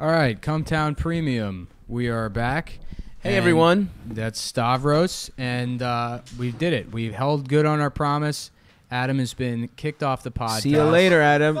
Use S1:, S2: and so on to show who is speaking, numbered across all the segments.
S1: All right, Cometown Premium. We are back.
S2: Hey,
S1: And
S2: everyone.
S1: That's Stavros, and uh, we did it. We held good on our promise. Adam has been kicked off the podcast.
S2: See you later, Adam.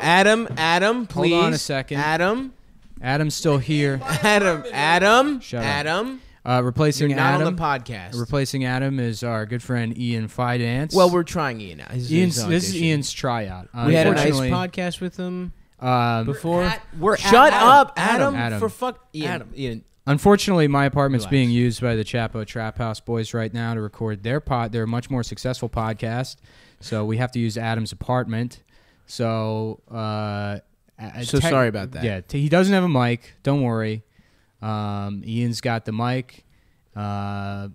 S2: Adam, Adam, please.
S1: on a second.
S2: Adam,
S1: Adam's still here,
S2: Adam, Adam,
S1: Shut up.
S2: Adam.
S1: uh,
S2: You're
S1: replacing
S2: not
S1: Adam.
S2: on the podcast.
S1: Replacing Adam is our good friend Ian Fidance.
S2: well, we're trying Ian. out. This is
S1: Ian's,
S2: his
S1: this is
S2: audition.
S1: Ian's tryout.
S2: We had a nice
S1: Unfortunately,
S2: podcast with him
S1: um,
S2: before.
S3: We're at
S2: Shut
S3: Adam.
S2: up,
S1: Adam.
S2: Adam,
S1: Adam.
S2: For fuck, Ian.
S3: Adam.
S2: Ian.
S1: Unfortunately, my apartment's
S2: Relax.
S1: being used by the Chapo Trap House boys right now to record their pod. Their much more successful podcast, so we have to use Adam's apartment. So, uh, a-
S2: So sorry about that.
S1: Yeah, t- he doesn't have a mic. Don't worry. Um, Ian's got the mic, uh,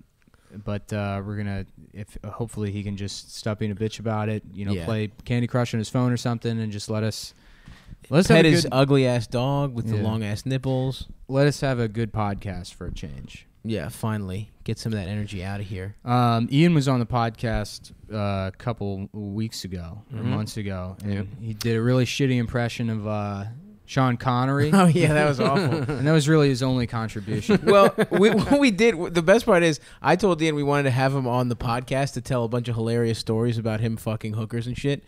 S1: but uh, we're gonna. If uh, hopefully he can just stop being a bitch about it. You know,
S2: Yeah.
S1: play Candy Crush on his phone or something, and just let us. Let us, have
S2: Pet
S1: a
S2: his
S1: good,
S2: ugly ass dog with
S1: Yeah.
S2: the long ass nipples.
S1: let us have a good podcast for a change.
S2: Yeah, finally get some of that energy out of here.
S1: Um, Ian was on the podcast uh, a couple weeks ago or
S2: Mm-hmm.
S1: months ago, and
S2: Yep.
S1: he did a really shitty impression of uh, Sean Connery,
S2: Oh yeah, that was awful.
S1: and that was really his only contribution.
S2: well, we, what we did, the best part is, I told Ian we wanted to have him on the podcast to tell a bunch of hilarious stories about him fucking hookers and shit.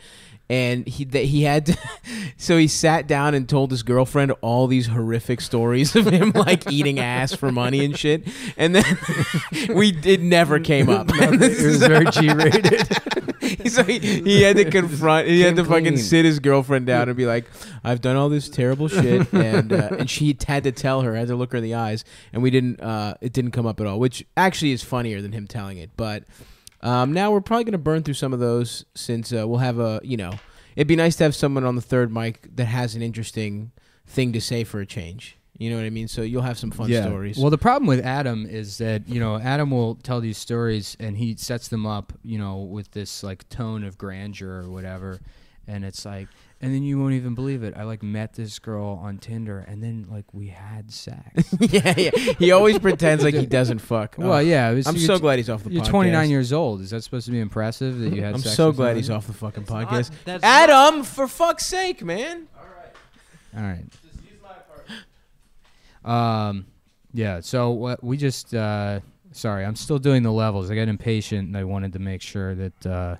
S2: And he that he had to, so he sat down and told his girlfriend all these horrific stories of him like eating ass for money and shit. And then we it never came up. And this
S1: it was
S2: is-
S1: very G-rated.
S2: so he, he had to confront. He had to
S3: Came
S2: fucking
S3: clean.
S2: sit his girlfriend down and be like, "I've done all this terrible shit," and uh, and she had to tell her, had to look her in the eyes, and we didn't. Uh, it didn't come up at all, which actually is funnier than him telling it. But um, now we're probably gonna burn through some of those since uh, we'll have a you know, it'd be nice to have someone on the third mic that has an interesting thing to say for a change. You know what I mean? So you'll have some fun stories.
S1: Well, the problem with Adam is that you know Adam will tell these stories and he sets them up, you know, with this like tone of grandeur or whatever, and it's like, and then you won't even believe it. I like met this girl on Tinder, and then like we had sex.
S2: yeah, yeah. He always pretends like he doesn't fuck. Oh,
S1: well, yeah, it was,
S2: I'm
S1: you're
S2: so
S1: t-
S2: glad he's off the
S1: You're
S2: podcast.
S1: 29 years old. Is that supposed to be impressive that you had?
S2: I'm
S1: sex
S2: so
S1: with
S2: glad he's
S1: somebody?
S2: off the fucking podcast.
S3: not- that's
S2: Adam, for fuck's sake, man.
S1: All right. Um, yeah. So what we just uh, sorry, I'm still doing the levels. I got impatient and I wanted to make sure that uh,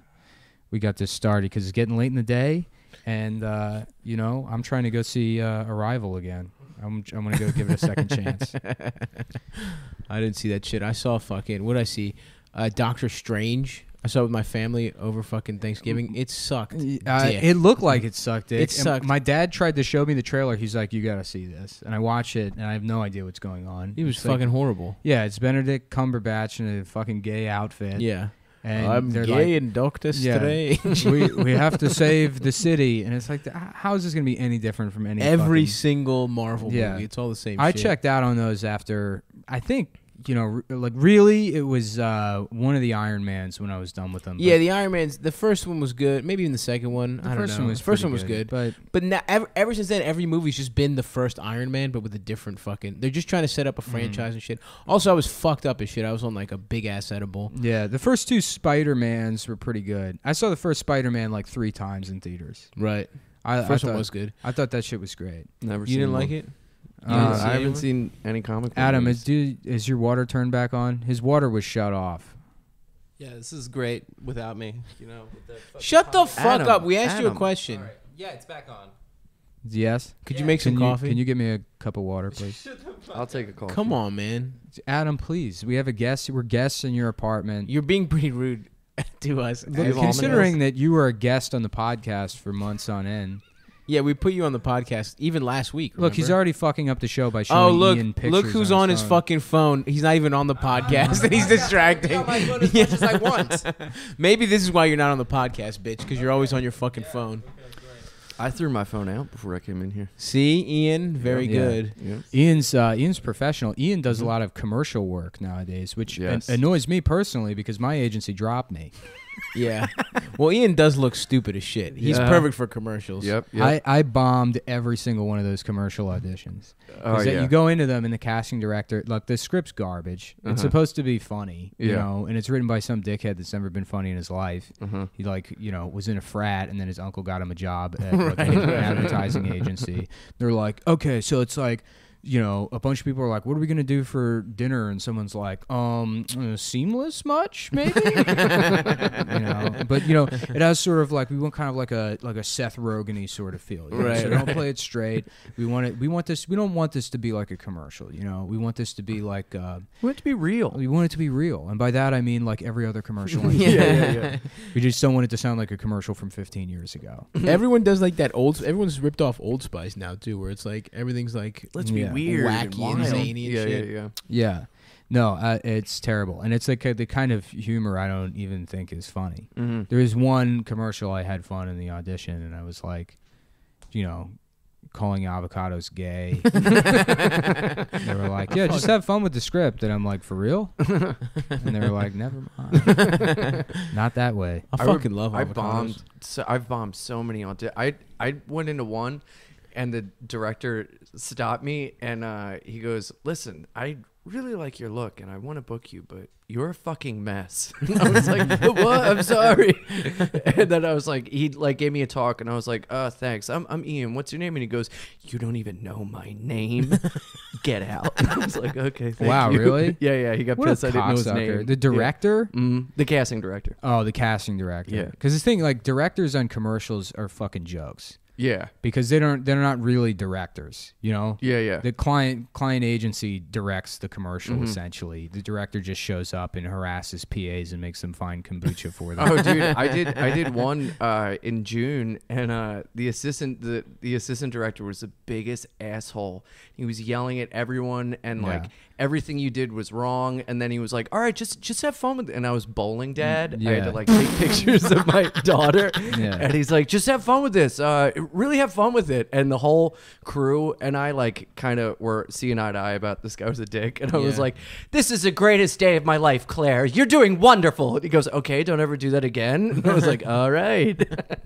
S1: we got this started because it's getting late in the day, and uh, you know I'm trying to go see uh, Arrival again. I'm I'm gonna go give it a second chance.
S2: I didn't see that shit. I saw fucking what I see, uh, Doctor Strange. I saw it with my family over fucking Thanksgiving. It sucked.
S1: Uh,
S2: dick.
S1: it looked like it sucked. Dick.
S2: It
S1: And
S2: sucked.
S1: My dad tried to show me the trailer. He's like, "You gotta see this," and I watch it, and I have no idea what's going on.
S2: It was
S1: It's like-
S2: fucking horrible.
S1: Yeah, it's Benedict Cumberbatch in a fucking gay outfit.
S2: Yeah,
S1: and
S2: I'm
S1: they're
S2: gay
S1: like,
S2: and Doctor
S1: Yeah.
S2: Strange.
S1: we we have to save the city, and it's like, th- how is this gonna be any different from any
S2: Every
S1: fucking-
S2: single Marvel
S1: Yeah.
S2: movie, it's all the same.
S1: I
S2: shit.
S1: checked out on those after I think you know, re- like really, it was uh, one of the Iron Mans when I was done with them.
S2: Yeah,
S1: but
S2: the Iron Man's. The first one was good. Maybe even the second one.
S1: the
S2: I don't
S1: first
S2: know.
S1: one was
S2: the first
S1: pretty
S2: one was good.
S1: but
S2: But now, ever, ever since then, every movie's just been the first Iron Man, but with a different fucking. They're just trying to set up a
S1: Mm-hmm.
S2: franchise and shit. Also, I was fucked up as shit. I was on like a big ass edible.
S1: Yeah, the first two Spider Mans were pretty good. I saw the first Spider Man like three times in theaters.
S2: Right.
S1: I,
S2: First
S1: I
S2: one
S1: thought,
S2: was good.
S1: I thought that shit was great.
S3: Never
S2: You didn't like it?
S3: Uh,
S1: Uh,
S2: didn't see
S3: I
S2: anyone?
S3: haven't seen any comic. book
S1: Adam,
S3: movies.
S1: is dude, is your water turned back on? His water was shut off.
S4: Yeah, this is great without me. You know. With the fucking
S2: Shut the
S4: pop-
S2: fuck
S3: Adam,
S2: up. We asked you a
S3: Adam.
S2: question.
S4: All right. Yeah, it's back on.
S1: Yes.
S2: Could you
S4: Yeah.
S2: make some
S1: can
S2: coffee?
S1: You, can you get me a cup of water, please?
S4: Shut the fuck
S3: I'll take a call.
S2: Come on, man.
S1: Adam, please. We have a guest. We're guests in your apartment.
S2: You're being pretty rude to us.
S1: Look,
S3: Dave
S1: considering that you were a guest on the podcast for months on end.
S2: yeah, we put you on the podcast even last week.
S1: Look, he's
S2: remember?
S1: already fucking up the show by showing
S2: Oh look!
S1: Ian pictures
S2: Look who's on his
S1: phone.
S2: fucking phone. He's not even on the
S3: Ah.
S2: podcast, and he's
S4: I
S2: distracting.
S4: got Oh my phone as much as I want.
S2: Maybe this is why you're not on the podcast, bitch, because you're always on your fucking phone.
S3: I threw my phone out before I came in here.
S2: See, Ian, very
S1: Yeah.
S2: good.
S3: Yeah.
S1: Ian's uh, Ian's professional. Ian does a lot of commercial work nowadays, which an-
S3: Yes.
S1: annoys me personally because my agency dropped me.
S2: yeah. Well, Ian does look stupid as shit. He's
S3: Yeah.
S2: perfect for commercials.
S3: Yep. yep.
S1: I, I bombed every single one of those commercial auditions.
S3: oh,
S1: Is that
S3: yeah.
S1: You go into them, and the casting director, like the script's garbage. It's
S3: Uh-huh.
S1: supposed to be funny, you
S3: Yeah.
S1: know, and it's written by some dickhead that's never been funny in his life.
S3: Uh-huh.
S1: He like you know was in a frat, and then his uncle got him a job at like, an advertising agency. They're like, okay, so it's like. You know, a bunch of people are like, "What are we gonna do for dinner?" And someone's like, "Um, uh, seamless much, maybe." you know, but you know, it has sort of like we want kind of like a like a Seth Rogen-y sort of feel. you know?
S2: Right,
S1: So don't play it straight. We want it. We want this. We don't want this to be like a commercial. You know, we want this to be like. Uh,
S3: We have to be real.
S1: we want it to be real, and by that I mean like every other commercial. on
S2: Yeah.
S1: TV.
S3: yeah, yeah.
S1: We just don't want it to sound like a commercial from 15 years ago.
S2: Everyone does like that old. Everyone's ripped off Old Spice now too, where it's like everything's like
S3: Let's
S1: Yeah.
S3: be weird,
S2: Wacky and
S3: wild.
S2: zany and
S3: yeah,
S2: shit.
S3: yeah, yeah.
S1: Yeah. No, uh, it's terrible. And it's like uh, the kind of humor I don't even think is funny.
S3: Mm-hmm.
S1: There was one commercial I had fun in the audition, and I was like, you know, calling avocados gay. they were like, yeah, just have fun with the script. And I'm like, for real? and they were like, never mind. Not that way.
S2: I,
S3: re-
S2: fucking love.
S3: I
S2: avocados.
S3: bombed. So, I've bombed so many auditions. I I went into one, and the director stopped me, and uh, he goes, "Listen, I really like your look, and I want to book you, but you're a fucking mess." And I was like, "What? I'm sorry." and then I was like, he like gave me a talk, and I was like, "Uh, thanks. I'm I'm Ian. What's your name?" And he goes, "You don't even know my name. Get out." I was like, "Okay, thank
S1: Wow,
S3: you."
S1: really?
S3: yeah, yeah. He got
S1: What
S3: pissed.
S1: a
S3: I didn't know his name.
S1: cocksucker. The director?
S3: Yeah. Mhm. the casting director.
S1: Oh, the casting director.
S3: Yeah.
S1: Because this thing, like, directors on commercials are fucking jokes
S3: Yeah,
S1: because they don't, they're not really directors, you know?
S3: yeah, yeah. Mm-hmm.
S1: The client client agency directs the commercial essentially. The director just shows up and harasses PAs and makes them find kombucha for them.
S3: Oh, dude, I did. I did one uh, in June, and uh, the assistant, the, the assistant director, was the biggest asshole. He was yelling at everyone, and like
S1: Yeah.
S3: everything you did was wrong. And then he was like, "All right, just just have fun with." it. And I was bowling, Dad. I had
S1: yeah.
S3: to like take pictures of my daughter,
S1: Yeah.
S3: and he's like, "Just have fun with this. Uh, really have fun with it." And the whole crew and I like kind of were seeing eye to eye about this guy was a dick, and I was
S2: Yeah.
S3: like, "This is the greatest day of my life, Claire. You're doing wonderful." And he goes, "Okay, don't ever do that again." And I was like, "All right."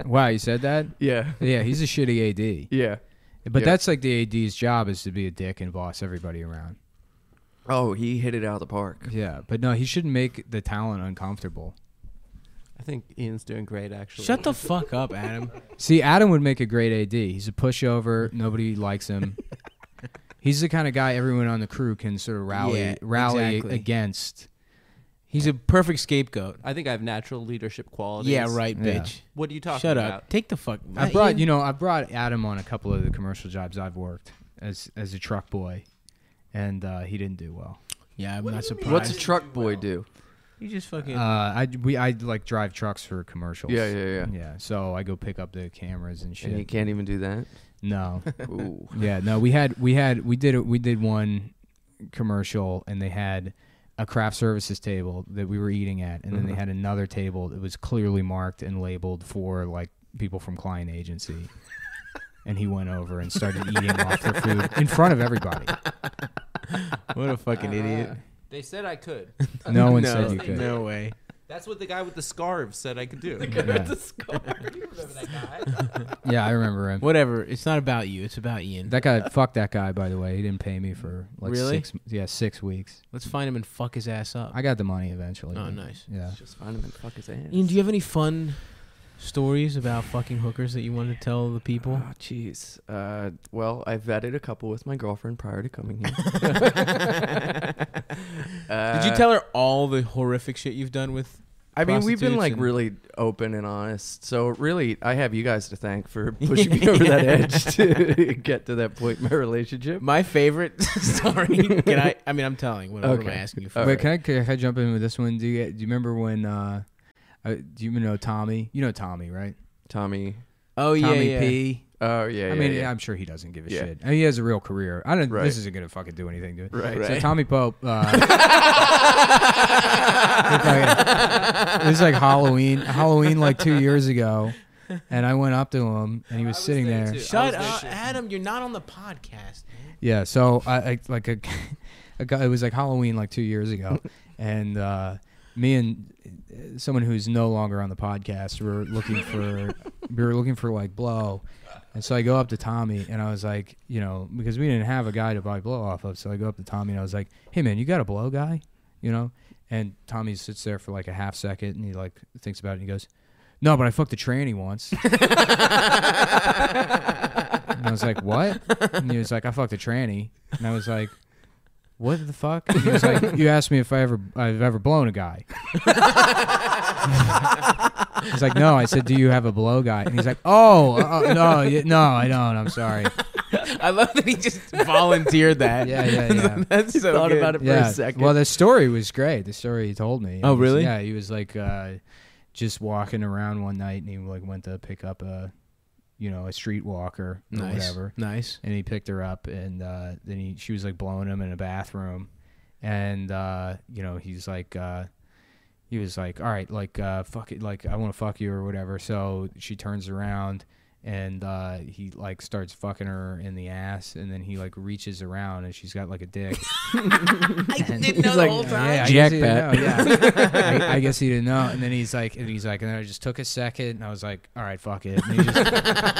S1: wow, you said that?
S3: yeah,
S1: Yeah, he's a shitty AD.
S3: yeah.
S1: But
S3: Yeah.
S1: that's like the AD's job is to be a dick and boss everybody around.
S3: Oh, he hit it out of the park.
S1: Yeah, but no, he shouldn't make the talent uncomfortable.
S4: I think Ian's doing great, actually.
S2: Shut the fuck up, Adam.
S1: See, Adam would make a great AD. He's a pushover. Nobody likes him. He's the kind of guy everyone on the crew can sort of rally
S2: Yeah,
S1: rally
S2: exactly.
S1: against.
S2: He's a perfect scapegoat.
S4: I think I have natural leadership qualities.
S2: Yeah, right,
S1: Yeah.
S2: bitch.
S4: What are you talking
S2: Shut
S4: about?
S2: up. Take the fuck.
S1: I brought you know I brought Adam on a couple of the commercial jobs I've worked as as a truck boy, and uh, he didn't do well.
S2: Yeah, I'm not surprised.
S3: What's a truck boy do?
S2: you just fucking.
S1: Uh, I we I like drive trucks for commercials.
S3: Yeah, yeah, yeah.
S1: Yeah, so I go pick up the cameras and shit.
S3: And he can't even do that.
S1: no,
S3: Ooh.
S1: yeah, no. We had we had we did it. We did one commercial, and they had a craft services table that we were eating at, and then
S2: Mm-hmm.
S1: they had another table that was clearly marked and labeled for like people from client agency. And he went over and started eating off their food in front of everybody.
S2: what a fucking idiot.
S4: They said I could.
S1: No one
S2: no,
S1: said you could.
S2: No way.
S4: That's what the guy with the scarves said I could do.
S1: Yeah.
S4: You remember that guy?
S1: yeah, I remember him.
S2: Whatever. It's not about you. It's about Ian.
S1: That guy, fuck that guy. By the way, he didn't pay me for like
S2: Really?
S1: six, yeah, six weeks.
S2: Let's find him and fuck his ass up.
S1: I got the money eventually.
S2: oh,
S1: but-
S2: nice.
S1: Yeah.
S3: Just find him and fuck his ass.
S2: Ian, do you have any fun stories about fucking hookers that you want to tell the people?
S3: Oh, jeez. Uh, well, I vetted a couple with my girlfriend prior to coming here. Uh,
S2: Did you tell her all the horrific shit you've done with?
S3: I mean, we've been
S2: prostitutes
S3: like
S2: and-
S3: really open and honest. So really, I have you guys to thank for pushing me over that edge to get to that point in my relationship.
S2: My favorite story. Can I? I mean, I'm telling. Whatever am I
S3: Okay.
S2: asking you for?
S3: All
S1: Wait,
S3: right.
S1: can I, can I jump in with this one? Do you do you remember when? Uh, uh, do you know Tommy? You know Tommy, right?
S3: Tommy.
S2: Oh yeah,
S1: Tommy
S2: yeah.
S1: P.
S3: Oh yeah.
S1: I
S3: yeah,
S1: mean,
S3: yeah.
S1: I'm sure he doesn't give a
S3: Yeah.
S1: shit. I mean, he has a real career. I don't.
S3: Right.
S1: This isn't gonna fucking do anything to it.
S3: Right.
S1: So
S2: Right.
S1: Tommy Pope. Uh, it was like Halloween. Halloween, like two years ago, and I went up to him, and he was,
S4: was
S1: sitting
S4: there,
S1: there.
S4: too.
S2: Shut
S4: I was
S2: up,
S4: there, too.
S2: Adam. You're not on the podcast.
S1: Yeah, so I, I like a, a guy, it was like Halloween like two years ago, and uh, me and someone who's no longer on the podcast. We were looking for we were looking for like blow, and so I go up to Tommy and I was like, you know, because we didn't have a guy to buy blow off of, so I go up to Tommy and I was like, hey man, you got a blow guy, you know? And Tommy sits there for like a half second and he like thinks about it and he goes, no, but I fucked a tranny once. And I was like, what? And he was like, I fucked a tranny. And I was like, what the fuck? And he was like, you asked me if I ever I've ever blown a guy. He's like, no. I said, do you have a blow guy? And he's like, oh, uh, no, y- no, I don't. I'm sorry.
S2: I love that he just volunteered that.
S1: Yeah, yeah, yeah.
S2: That's so
S3: Thought
S2: good.
S3: about it for
S1: yeah.
S3: a second.
S1: Well, the story was great. The story he told me.
S2: Oh,
S1: It was-
S2: really?
S1: Yeah, he was like uh, just walking around one night, and he like went to pick up a, you know, a street walker or
S2: Nice.
S1: whatever,
S2: Nice.
S1: and he picked her up, and uh, then he she was like blowing him in a bathroom, and uh, you know he's like. Uh, he was like, "All right, like, uh, fuck it, like, I want to fuck you or whatever." So she turns around and uh, he like starts fucking her in the ass, and then he like reaches around and she's got like a dick. I
S4: didn't know the whole time.
S1: Yeah, I guess he didn't know, yeah. I, I guess he didn't know. And then he's like, and he's like, and then I just took a second, and I was like, "All right, fuck it." And he just,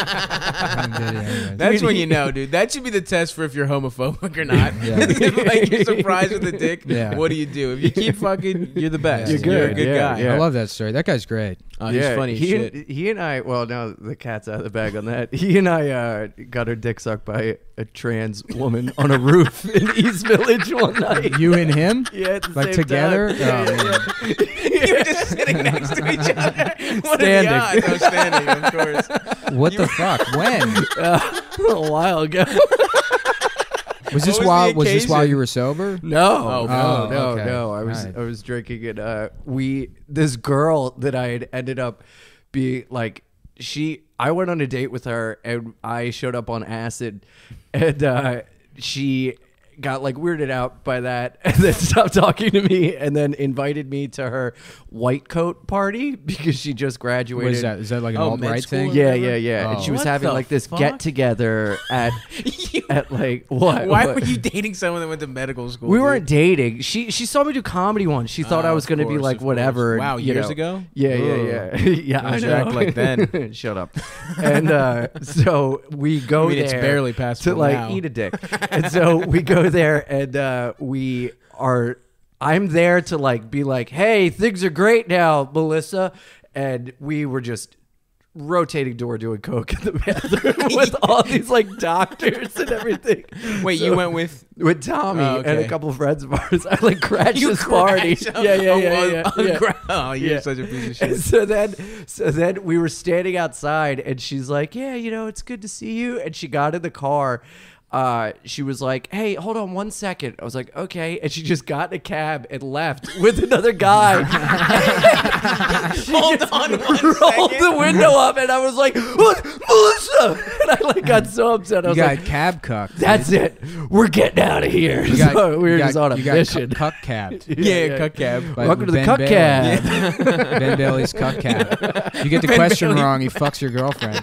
S1: and did it anyways.
S2: That's when you know, dude. That should be the test for if you're homophobic or not.
S1: Yeah.
S2: If, like you're surprised with a dick.
S1: Yeah.
S2: What do you do? If you keep fucking, you're the best.
S1: You're
S2: You're a
S1: good,
S2: good
S3: yeah,
S2: guy.
S1: I
S3: yeah.
S1: love that story. That guy's great.
S2: Oh, he's funny as
S3: he
S2: shit.
S3: And, he and I, well, now the cat's out of the bag on that. He and I uh, got our dick sucked by a trans woman on a roof in East Village one night.
S1: You and him,
S3: yeah, at the
S1: like
S3: same
S1: together.
S3: time.
S1: Oh,
S3: Yeah, yeah,
S1: man.
S2: you were just sitting next to each other. What
S3: Standing.
S2: Are the odds? Oh, standing, of course.
S1: What the fuck? When
S4: a while ago.
S1: was this
S2: was the
S1: while? Was this while
S2: occasion?
S1: you were sober?
S3: No,
S2: Oh,
S1: oh,
S3: no, no,
S1: okay.
S3: no. I was
S1: Alright.
S3: I was drinking and uh, we this girl that I had ended up being like she I went on a date with her and I showed up on acid and uh, she got like weirded out by that and then stopped talking to me and then invited me to her white coat party because she just graduated.
S1: What is that? Is that like an
S2: Oh,
S1: alt
S2: med
S1: right
S2: school
S1: thing?
S2: or
S3: Yeah,
S2: whatever?
S3: yeah, yeah. And
S1: Oh.
S3: she was
S4: What
S3: having
S4: the
S3: like this
S4: fuck?
S3: get together at
S2: You-
S3: at like what?
S2: Why
S3: what?
S2: were you dating someone that went to medical school?
S3: We
S2: dude?
S3: weren't dating. She she saw me do comedy once. She thought
S2: Oh,
S3: I was
S2: of
S3: going to be
S2: course,
S3: like
S2: of course.
S3: whatever.
S2: Wow,
S3: you
S2: years
S3: know.
S2: ago?
S3: Yeah,
S2: Ooh.
S3: yeah, yeah, yeah.
S2: Don't
S3: I
S2: you
S3: know.
S2: act like then.
S3: Shut up. And uh, so we go
S2: I mean,
S3: there
S2: it's barely passable
S3: to like
S2: now.
S3: eat a dick. and so we go there, and uh, we are. I'm there to like be like, hey, things are great now, Melissa. And we were just rotating door doing coke in the bathroom with all these like doctors and everything
S2: Wait, you went with
S3: with Tommy
S2: Oh, okay.
S3: and a couple of friends of ours. I like crashed
S2: You
S3: this party.
S2: crashed
S3: Yeah, yeah, yeah, yeah, yeah,
S2: on gra- Oh, you're such a piece of
S3: And
S2: shit.
S3: so then, so then we were standing outside, and she's like, "Yeah, you know, it's good to see you." And she got in the car. Uh, she was like, "Hey, hold on one second. I was like, "Okay," and she just got in a cab and left with another guy.
S2: Hold on one
S3: rolled
S2: second.
S3: the window up, and I was like, "What, Melissa?" And I like got so upset. I
S1: You
S3: was
S1: got
S3: like,
S1: cab cucked.
S3: "That's it. We're getting out of here."
S1: You got-
S3: so we
S1: you
S3: were
S1: got-
S3: just on a
S1: you got
S3: mission.
S1: cu- Cuck cabbed.
S2: Yeah, cuck cab.
S1: By
S3: Welcome to the
S1: Ben
S3: cuck
S1: Bailey.
S3: cab.
S1: ben Bailey's cuck cab. You get the
S2: Ben
S1: question
S2: Bailey.
S1: wrong, he fucks your girlfriend.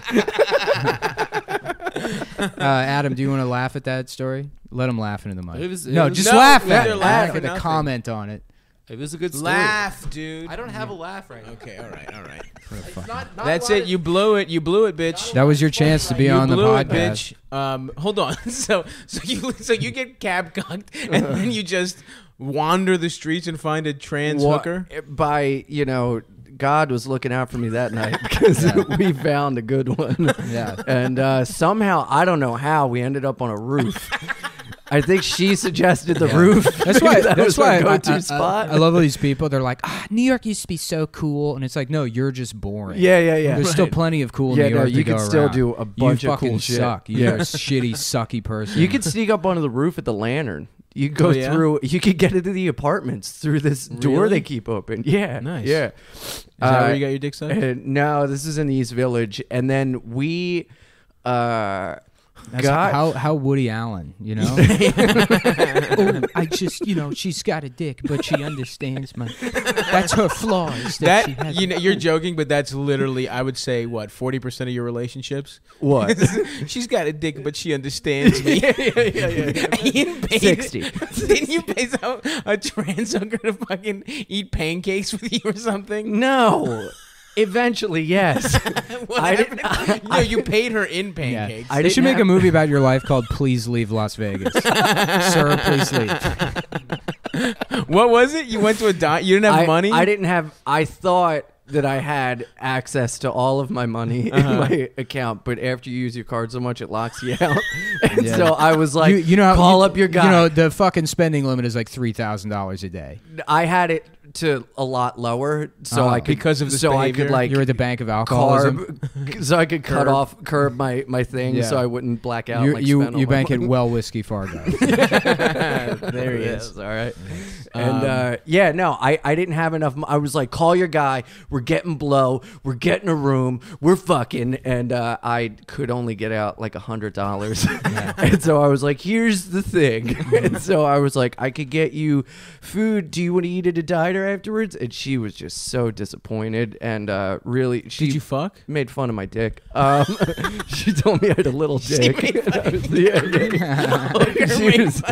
S1: uh, Adam, do you want to laugh at that story? Let him laugh into the mic.
S4: It was- it
S1: no,
S4: was-
S1: just
S4: No,
S1: laugh
S4: either
S1: at it. I'm
S4: laugh or
S1: not gonna
S4: nothing.
S1: comment on it.
S4: It was a good story.
S2: Laugh, dude.
S4: I don't have a laugh right now.
S2: Okay, all right, all right.
S1: Fuck.
S4: Not, not
S2: That's
S4: a lot
S2: it. You blew it. You blew it, bitch.
S1: That was your chance to be
S2: you
S1: on the
S2: blew it,
S1: podcast.
S2: bitch. Um, hold on. So, so you, so you get cab cocked, and then you just wander the streets and find a trans
S3: Wha-
S2: hooker.
S3: By you know, God was looking out for me that night because we found a good one.
S1: Yeah.
S3: And uh, somehow I don't know how we ended up on a roof. I think she suggested the roof.
S1: That's why.
S3: that
S1: that's
S3: was
S1: why
S3: our go-to
S1: I, I- I-
S3: spot.
S1: I love all these people. They're like, ah, New York used to be so cool, and it's like, no, you're just boring.
S3: yeah, yeah, yeah.
S1: There's still plenty of cool New
S3: Yeah, no,
S1: York.
S3: you
S1: to go
S3: could still
S1: around.
S3: do a bunch
S1: you
S3: of cool
S1: fucking
S3: shit.
S1: suck. You're a shitty, sucky person.
S3: You could sneak up onto the roof at the lantern. You could go
S2: Oh, yeah?
S3: through. You could get into the apartments through this door
S2: Really?
S3: they keep open. Yeah,
S2: Nice.
S3: Yeah.
S2: Is that where
S3: Uh,
S2: you got your dick sucked?
S3: Uh, no, this is in the East Village, and then we, uh,
S1: That's
S3: God.
S1: How how Woody Allen, you know? oh, I just you know she's got a dick, but she understands my. That's her flaws that, she
S2: That
S1: has.
S2: you know, you're joking, but that's literally I would say what forty percent of your relationships.
S3: What?
S2: She's got a dick, but she understands me. yeah, yeah, yeah, Ian paid,
S1: 60.
S2: Didn't you pay some a trans hooker to fucking eat pancakes with you or something?
S3: No. Eventually, yes.
S2: What
S3: I-
S2: happened? no, you paid her in pancakes.
S3: I
S1: they should
S3: didn't
S1: make a
S3: have-
S1: movie about your life called "Please Leave Las Vegas," sir. Please leave.
S2: what was it? You went to a di- You didn't have
S3: I,
S2: money.
S3: I didn't have. I thought that I had access to all of my money in
S1: Uh-huh.
S3: my account, but after you use your card so much, it locks you out. and
S1: Yeah.
S3: so I was like,
S1: you, you know, how-
S3: call
S1: you-
S3: up your guy.
S1: You know, the fucking spending limit is like three thousand dollars a day.
S3: I had it to a lot lower, so
S1: Oh.
S3: I could
S2: Because of this
S3: so I
S2: behavior?
S3: could like
S1: You're at the bank of alcoholism.
S3: carb, so I could cut
S1: Curb.
S3: off curb my my thing,
S1: Yeah.
S3: so I wouldn't black out.
S1: you
S3: like,
S1: you,
S3: spend all
S1: you
S3: my
S1: bank at
S3: money.
S1: Well Whiskey Fargo.
S3: there he is. All right. And
S2: Um,
S3: uh, yeah, no, I, I didn't have enough. mo- I was like, call your guy. We're getting blow. We're getting a room. We're fucking. And uh, I could only get out like a hundred dollars. and so I was like, here's the thing. and so I was like, I could get you food. Do you want to eat at a diner afterwards? And she was just so disappointed. And uh, really, she
S2: Did you fuck?
S3: made fun of my dick. Um, she told me I had a little dick. yeah, yeah. she, was,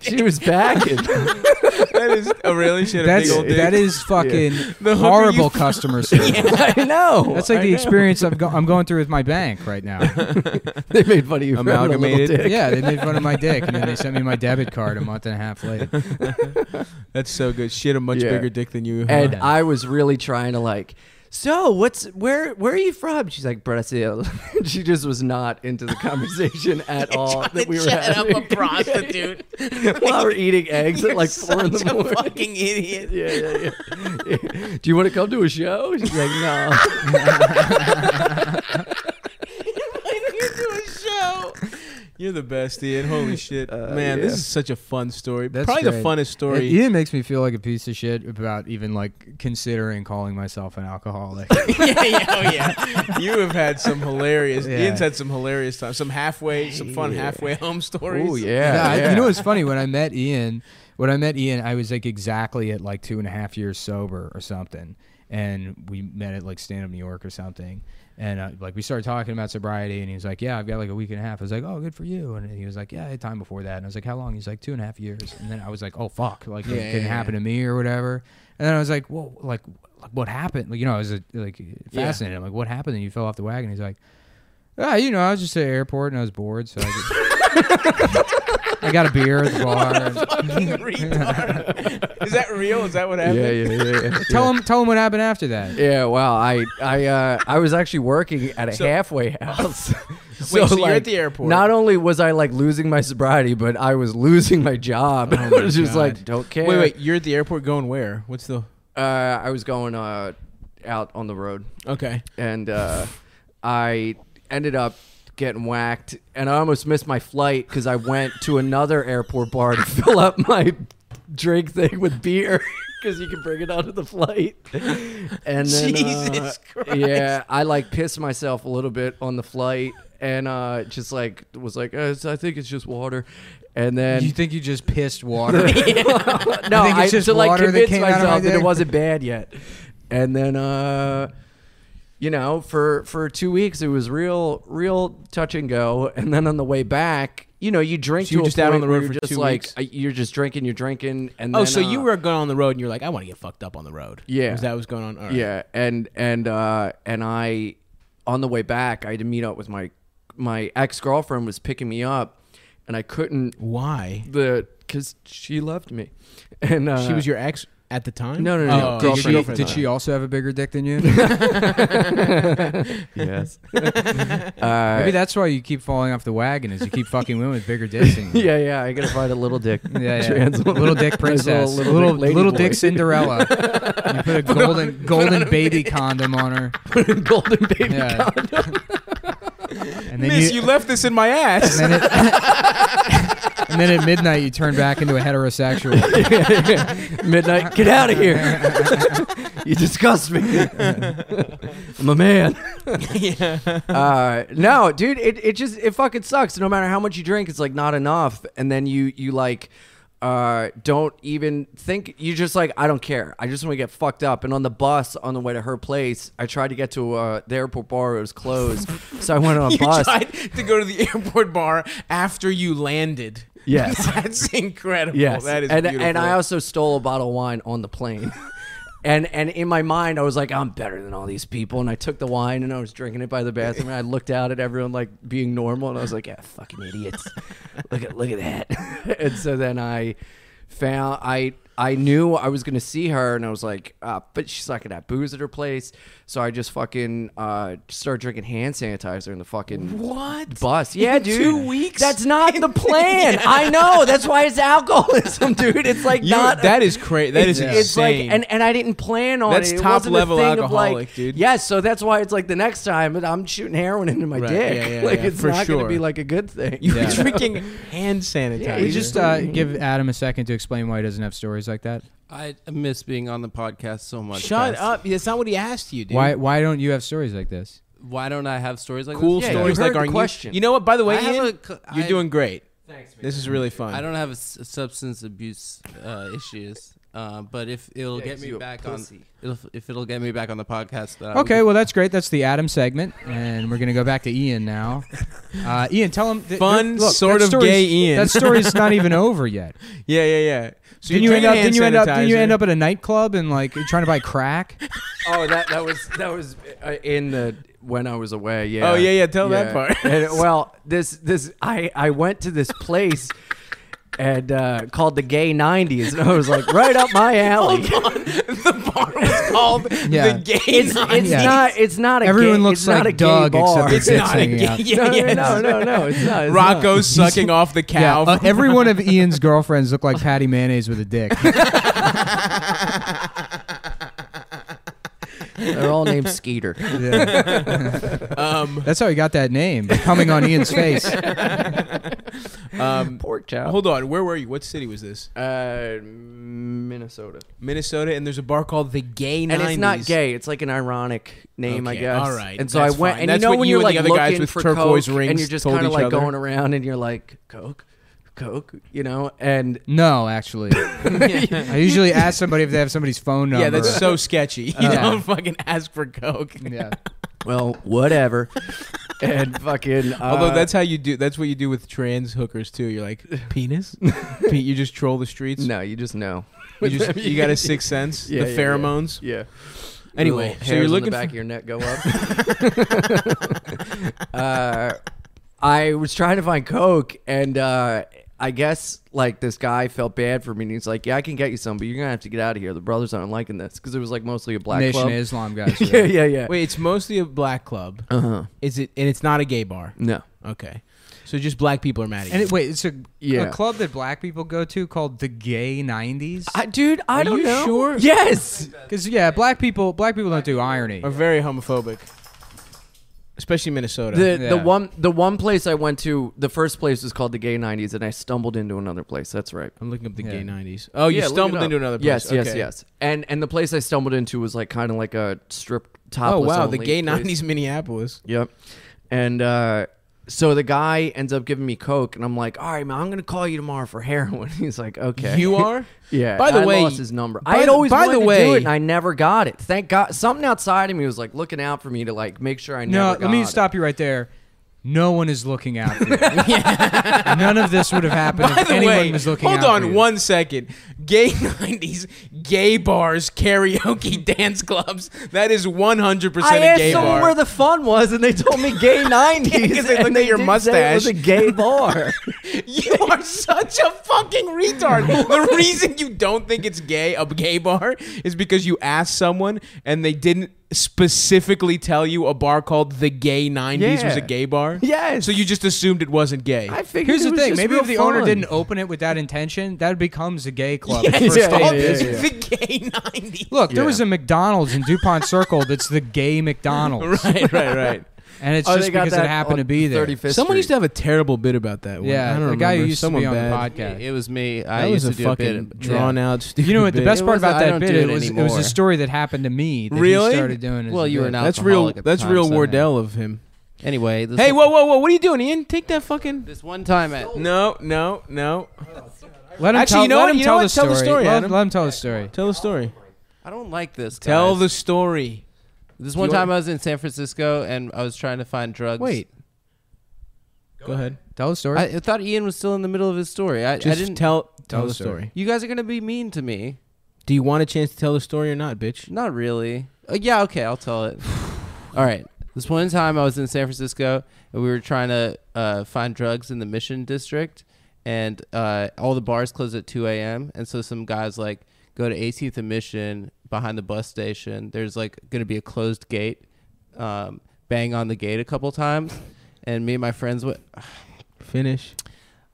S3: she was backing.
S2: that is oh, really she had
S1: That's
S2: a big old dick.
S1: that is fucking
S2: The hooker
S1: horrible
S2: you-
S1: customer service.
S3: I know.
S1: That's like
S3: I
S1: the
S3: know.
S1: experience I'm, go- I'm going through with my bank right now.
S3: They made fun of you for having a little
S2: Amalgamated.
S3: dick.
S1: yeah, they made fun of my dick, and then they sent me my debit card a month and a half later.
S2: That's so good. She had a much
S3: Yeah.
S2: bigger dick than you.
S3: And
S1: Yeah.
S3: I was really trying to like. So what's where? Where are you from? She's like Brazil. she just was not into the conversation at all that we were
S4: Shut up,
S3: having.
S4: a prostitute.
S3: While we're eating eggs
S4: You're
S3: at like four in
S4: such
S3: the
S4: a
S3: morning.
S4: fucking idiot.
S3: Yeah, yeah, yeah. Do you want to come to a show? She's like, no.
S4: you do a show.
S2: You're the best, Ian. Holy shit, man! This
S3: Uh, yeah.
S2: is such a fun story.
S1: That's
S2: Probably the
S1: great.
S2: funnest story.
S1: Ian makes me feel like a piece of shit about even like considering calling myself an alcoholic.
S4: yeah, yeah, oh yeah.
S2: you have had some hilarious.
S1: Yeah.
S2: Ian's had some hilarious times. Some halfway, some fun halfway home stories.
S3: Oh yeah,
S1: Yeah, I-
S3: yeah.
S1: you know what's funny? When I met Ian, when I met Ian, I was like exactly at like two and a half years sober or something, and we met at like Stand Up New York or something, and uh, like we started talking about sobriety, and he was like, "Yeah, I've got like a week and a half." I was like, "Oh, good for you," and he was like, "Yeah, I had time before that," and I was like, "How long?" He's like, two and a half years," and then I was like, "Oh fuck, like it
S2: Yeah,
S1: didn't
S2: yeah,
S1: happen to me or whatever," and then I was like, "Well, like." like, What happened? Like, you know, I was uh, like fascinated. I'm like, what happened? And you fell off the wagon. He's like, ah, you know, I was just at the airport and I was bored, so I just I got a beer at the bar.
S2: Fucking retard. is that real? Is that what happened?
S3: yeah, yeah, yeah, yeah.
S1: tell him, tell him what happened after that.
S3: Yeah, wow. I I uh, I was actually working at a
S2: So-
S3: halfway house.
S2: so you're at the airport.
S3: Not only was I like losing my sobriety, but I was losing my job. I was just
S1: God.
S3: like, don't care.
S2: Oh Wait, wait. You're at the airport going where? What's the?
S3: Uh, I was going uh, out on the road,
S2: Okay.
S3: and uh, I ended up getting whacked, and I almost missed my flight because I went to another airport bar to fill up my drink thing with beer. Because you can bring it onto the flight, and then uh,
S4: Jesus Christ.
S3: yeah, I like pissed myself a little bit on the flight and uh just like was like uh, it's- I think it's just water. And then
S1: You think you just pissed water?
S3: no,
S1: think it's
S3: I
S1: just
S3: to like
S1: water that
S3: convince
S1: came out of my
S3: myself that
S1: dick?
S3: it wasn't bad yet. And then uh you know, for for 2 weeks it was real real touch and go and then on the way back you know, you drink
S2: So you
S3: to
S2: were
S3: a
S2: just out on
S3: point
S2: the
S3: where
S2: road
S3: you're
S2: for
S3: just
S2: two
S3: like
S2: weeks?
S3: uh, you're just drinking, you're drinking, and
S2: Oh,
S3: then,
S2: so you
S3: uh,
S2: were going on the road and you're like, I want to get fucked up on the road.
S3: Yeah.
S2: Was that was going on? All right.
S3: Yeah, and and uh and I on the way back I had to meet up with my my ex girlfriend was picking me up, and I couldn't
S2: Why?
S3: the because she left me, and uh,
S2: she was your ex at the time.
S3: No, no, no,
S2: Oh,
S3: no.
S1: did, she,
S3: Girlfriend.
S1: did she also have a bigger dick than you? Maybe
S3: yes. uh,
S1: that's why you keep falling off the wagon is you keep fucking women with bigger dicks. Than you.
S3: yeah, yeah. I gotta find a little dick.
S1: Yeah, yeah.
S3: Trans woman.
S1: little dick princess,
S3: little
S1: little little,
S3: dick lady boy.
S1: dick Cinderella. You put a golden golden baby condom on her.
S3: golden baby.
S1: Yeah. and then
S2: Miss, you, left this in my ass.
S1: and then, it, and then at midnight you turn back into a heterosexual.
S3: Midnight. Get out of here. you disgust me. I'm a man. uh, no, dude, it, it just it fucking sucks. No matter how much you drink, it's like not enough, and then you you like uh don't even think you just like i don't care i just want to get fucked up and on the bus on the way to her place i tried to get to uh the airport bar it was closed so i went on a
S2: You
S3: bus
S2: tried to go to the airport bar after you landed.
S3: Yes.
S2: That's incredible.
S3: Yes,
S2: That is
S3: and,
S2: beautiful.
S3: And I also stole a bottle of wine on the plane. And, and in my mind, I was like, I'm better than all these people. And I took the wine and I was drinking it by the bathroom. And I looked out at everyone like being normal, and I was like, Yeah, fucking idiots. look at look at that. and so then I found I I knew I was gonna see her, and I was like, ah, But she's not gonna have booze at her place. So I just fucking uh, started drinking hand sanitizer in the fucking
S2: What?
S3: bus. Yeah,
S2: In
S3: dude.
S2: Two weeks.
S3: That's not the plan. I know. That's why it's alcoholism, dude. It's like
S2: You-
S3: not.
S2: that is crazy. That is insane.
S3: it's, It's like, and, and I didn't plan on
S2: That's
S3: it. It
S2: top
S3: wasn't a
S2: level
S3: thing of, like-
S2: alcoholic, dude.
S3: Yes, so that's why it's like the next time I'm shooting heroin into my
S2: Right,
S3: dick.
S2: yeah, yeah,
S3: like
S2: yeah,
S3: it's
S2: for
S3: not
S2: sure.
S3: gonna be like a good thing.
S2: you
S4: Yeah.
S2: were drinking hand sanitizer.
S3: Yeah,
S1: We
S3: you
S1: just
S3: Yeah.
S1: uh, give Adam a second to explain why he doesn't have stories like that.
S4: I miss being on the podcast so much.
S2: Shut
S4: guys.
S2: up. That's not what he asked you, dude.
S1: Why why don't you have stories like this?
S4: Why don't I have stories like
S2: Cool
S4: this?
S3: Yeah, you
S2: stories
S3: heard
S2: like
S3: the
S2: our new-
S3: question.
S2: You know what? By the way,
S4: I have
S2: Ian,
S4: a cl-
S2: you're
S4: I-
S2: doing great.
S3: Thanks, man.
S2: This is really fun.
S4: I don't have s- substance abuse uh, issues, uh, but if it'll
S3: Yeah, 'cause
S4: get me
S3: you a
S4: back
S3: pussy.
S4: on, it'll, if it'll get me back on the podcast, then I
S1: Okay,
S4: would-
S1: well that's great. That's the Adam segment, and we're gonna go back to Ian now. Uh, Ian, tell him th-
S2: Fun,
S1: th- look,
S2: sort
S1: that
S2: of
S1: story's-
S2: gay Ian.
S1: That story's not even over yet.
S2: Yeah, yeah, yeah. So
S1: didn't you
S2: you're
S1: end up?
S2: drinking
S1: Didn't you end up? Didn't you end
S2: hand sanitizer.
S1: up at a nightclub and like trying to buy crack?
S3: Oh, that that was that was uh, in the when I was away. Yeah.
S2: Oh, yeah, yeah, tell that part.
S3: And, well, this this I I went to this place. And uh, called the Gay '90s, and I was like, right up my alley.
S2: The bar was called
S1: Yeah.
S2: the gay.
S3: It's, it's
S1: Yeah.
S3: not. It's not a.
S1: Everyone
S3: gay,
S1: looks
S3: it's
S1: like
S3: not a gay
S1: Doug
S3: bar.
S1: except
S2: It's
S1: It's
S2: not a
S1: hanging
S2: gay.
S1: out.
S2: Yeah,
S3: no,
S2: yeah,
S3: no, no, no, it's not. It's not.
S2: Rocco sucking off the
S1: Yeah,
S2: cow.
S1: uh, every one of Ian's girlfriends look like Patty Mayonnaise with a dick.
S3: They're all named Skeeter.
S1: Yeah.
S2: um,
S1: That's how he got that name, coming on Ian's face.
S2: um,
S3: Pork chop.
S2: hold on. Where were you? What city was this?
S3: Uh, Minnesota.
S2: Minnesota, and there's a bar called the Gay
S3: And it's not
S2: 90s.
S3: gay. It's like an ironic name, I
S2: Okay,
S3: guess.
S2: all right,
S3: And so
S2: that's
S3: I went,
S2: fine.
S3: and
S2: That's
S3: you know
S2: what
S3: when
S2: you
S3: you're
S2: and
S3: like
S2: the other guys
S3: looking
S2: with
S3: for
S2: turquoise
S3: coke,
S2: rings
S3: and you're just
S2: told
S3: kind of
S2: each
S3: like
S2: other.
S3: going around, and you're like, Coke, Coke, you know, and
S1: No, actually, I usually ask somebody if they have somebody's phone number.
S2: Yeah, that's so sketchy. You
S1: Yeah.
S2: don't fucking ask for coke.
S1: Yeah.
S3: well, whatever, and fucking. Uh,
S2: Although that's how you do. That's what you do with trans hookers too. You're like penis. Pe- you just troll the streets.
S3: no, you just know.
S2: You, just, you got a sixth sense.
S3: Yeah,
S2: the
S3: yeah,
S2: pheromones.
S3: Yeah.
S2: Anyway,
S3: Little
S2: so you're
S3: hairs on
S2: looking
S3: the back
S2: for-
S3: of your neck go up. uh, I was trying to find coke, and uh, I guess like this guy felt bad for me, and he's like, "Yeah, I can get you some, but you're gonna have to get out of here. The brothers aren't liking this because it was like mostly a black
S1: Nation
S3: club."
S1: of Islam guys.
S3: yeah, yeah, yeah.
S2: Wait, it's mostly a black club.
S3: Uh huh.
S2: Is it? And it's not a gay bar.
S3: No.
S2: Okay. So just black people are mad at
S1: And
S2: you.
S1: it, wait, it's a,
S3: Yeah.
S1: a club that black people go to called the Gay Nineties.
S3: I, dude, I
S2: Are
S3: don't
S2: you
S3: know.
S2: sure?
S3: Yes.
S1: Because yeah, black people black people don't do irony.
S2: are very homophobic, especially Minnesota.
S3: The
S1: Yeah.
S3: the one the one place I went to, the first place was called the Gay '90s, and I stumbled into another place. That's right.
S2: I'm looking up the
S1: Yeah.
S2: gay '90s. Oh, you
S3: Yeah, look it
S2: stumbled
S3: up.
S2: into another place.
S3: Yes, yes,
S2: Okay.
S3: yes. And and the place I stumbled into was like kind of like a strip top.
S2: Oh wow, the gay
S3: nineties.
S2: '90s Minneapolis.
S3: Yep. And uh, so the guy ends up giving me coke, and I'm like, "All right, man, I'm gonna call you tomorrow for heroin." He's like, "Okay."
S2: You are.
S3: Yeah.
S2: By the
S3: I
S2: way-
S3: lost his number.
S2: by
S3: I had
S2: the-
S3: always
S2: by
S3: wanted
S2: the
S3: to do
S2: way-
S3: it, and I never got it. Thank God, something outside of me was like looking out for me to like make sure I never.
S1: No,
S3: got
S1: let me
S3: it.
S1: stop you right there. No one is looking out for you. None of this would have happened
S2: By
S1: if
S2: the
S1: anyone
S2: way,
S1: was looking
S2: hold
S1: out
S2: on
S1: for you.
S2: one second. Gay '90s, gay bars, karaoke, dance clubs. That is 100
S3: I
S2: percent a
S3: asked
S2: gay
S3: them
S2: bar.
S3: where the fun was, and they told me gay nineties.
S2: 'cause they looked at your
S3: It was a
S2: mustache.
S3: gay bar.
S2: you are such a fucking retard. the reason you don't think it's gay, a gay bar, is because you asked someone and they didn't specifically tell you a bar called the Gay '90s was
S3: Yeah.
S2: a gay bar.
S3: yes.
S2: So you just assumed it wasn't gay.
S3: I figured.
S1: Here's the
S3: it was
S1: thing:
S3: just
S1: maybe
S3: real
S1: if the
S3: fun.
S1: owner didn't open it with that intention, that becomes a gay club.
S2: Yeah,
S1: It's
S2: it's
S1: first
S3: yeah,
S1: day
S2: called
S1: it is.
S3: yeah, yeah.
S2: the gay '90s.
S1: Look, there
S3: Yeah.
S1: was a McDonald's in Dupont Circle that's the gay McDonald's.
S2: right, right, right.
S1: and it's
S3: Oh,
S1: just
S3: they got
S1: because it
S3: that
S1: happened
S3: on
S1: to be there.
S3: 35th
S2: Someone used to have
S3: Street.
S2: a terrible bit about that. One.
S1: Yeah,
S2: I don't
S1: the guy who
S2: remember.
S1: used
S2: Someone
S1: to be on
S2: bad.
S1: the podcast.
S4: It was me.
S2: That
S4: I
S2: was
S4: used
S2: a
S4: to do a
S2: fucking
S4: bit.
S2: drawn out. Stupid
S1: you know what? The
S2: bit.
S1: best
S4: It
S1: part
S4: was-
S1: about
S4: I
S1: that
S4: don't
S1: bit it
S4: do it
S1: was it was
S4: anymore.
S1: a story that happened to me. That
S2: Really?
S1: He started doing. as
S4: Well,
S1: a
S4: you were
S1: bit.
S4: not-
S2: That's real.
S4: alcoholic at the
S2: That's
S4: time,
S2: real
S4: so-
S2: Wardell of him.
S4: Anyway, this
S2: Hey,
S4: one,
S2: whoa, whoa, whoa! What are you doing, Ian? Take that fucking.
S4: This one time at
S2: No, no, no.
S1: Let him
S2: Actually,
S1: tell,
S2: you know
S1: let
S2: what?
S1: him
S2: You know
S1: tell
S2: what?
S1: the
S2: Tell
S1: story.
S2: the story,
S1: Let,
S2: Adam.
S1: let him tell the story.
S2: Tell the story.
S4: I don't like this.
S2: Tell
S4: guys.
S2: the story.
S4: This one
S2: you want-
S4: time I was in San Francisco and I was trying to find drugs.
S1: Wait,
S2: Go ahead.
S1: tell the story.
S4: I, I thought Ian was still in the middle of his story. I, I
S2: Just
S4: didn't.
S2: tell tell
S1: the
S2: the
S1: story.
S2: story.
S4: you guys are gonna be mean to me.
S2: Do you want a chance to tell the story or not, bitch?
S4: Not really. Uh, yeah, okay, I'll tell it. All right. This one time I was in San Francisco and we were trying to uh, find drugs in the Mission District, and uh, all the bars close at 2 a.m. And so some guys like go to 18th and Mission behind the bus station. There's like going to be a closed gate. Um, bang on the gate a couple times, and me and my friends went.
S2: Finish.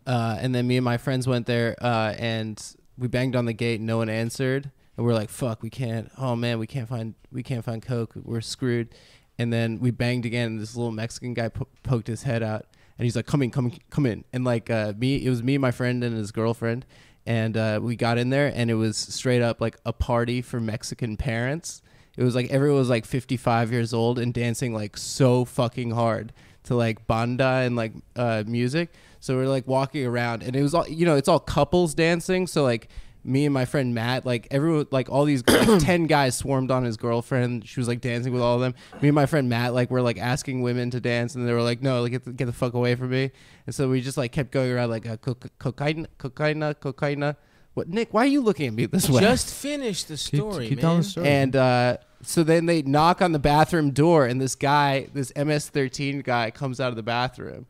S4: Uh, and then me and my friends went there uh, and we banged on the gate and no one answered and we're like fuck we can't oh man we can't find we can't find coke we're screwed and then we banged again and this little mexican guy po- poked his head out and he's like come in come in come in and like uh, me it was me my friend and his girlfriend and uh, we got in there and it was straight up like a party for mexican parents it was like everyone was like 55 years old and dancing like so fucking hard to like banda and like uh, music. So we are like walking around and it was all, you know, it's all couples dancing. So like me and my friend Matt, like everyone, like all these like 10 guys swarmed on his girlfriend. She was like dancing with all of them. Me and my friend Matt, like we're like asking women to dance and they were like, no, like get the, get the fuck away from me. And so we just like kept going around like uh, co- co- cocaine, cocaine, cocaine. What, Nick, why are you looking at me this way?
S2: Just finish the story,
S1: keep
S2: man.
S1: telling the story.
S4: And uh, so then they knock on the bathroom door, and this guy, this MS-13 guy, comes out of the bathroom,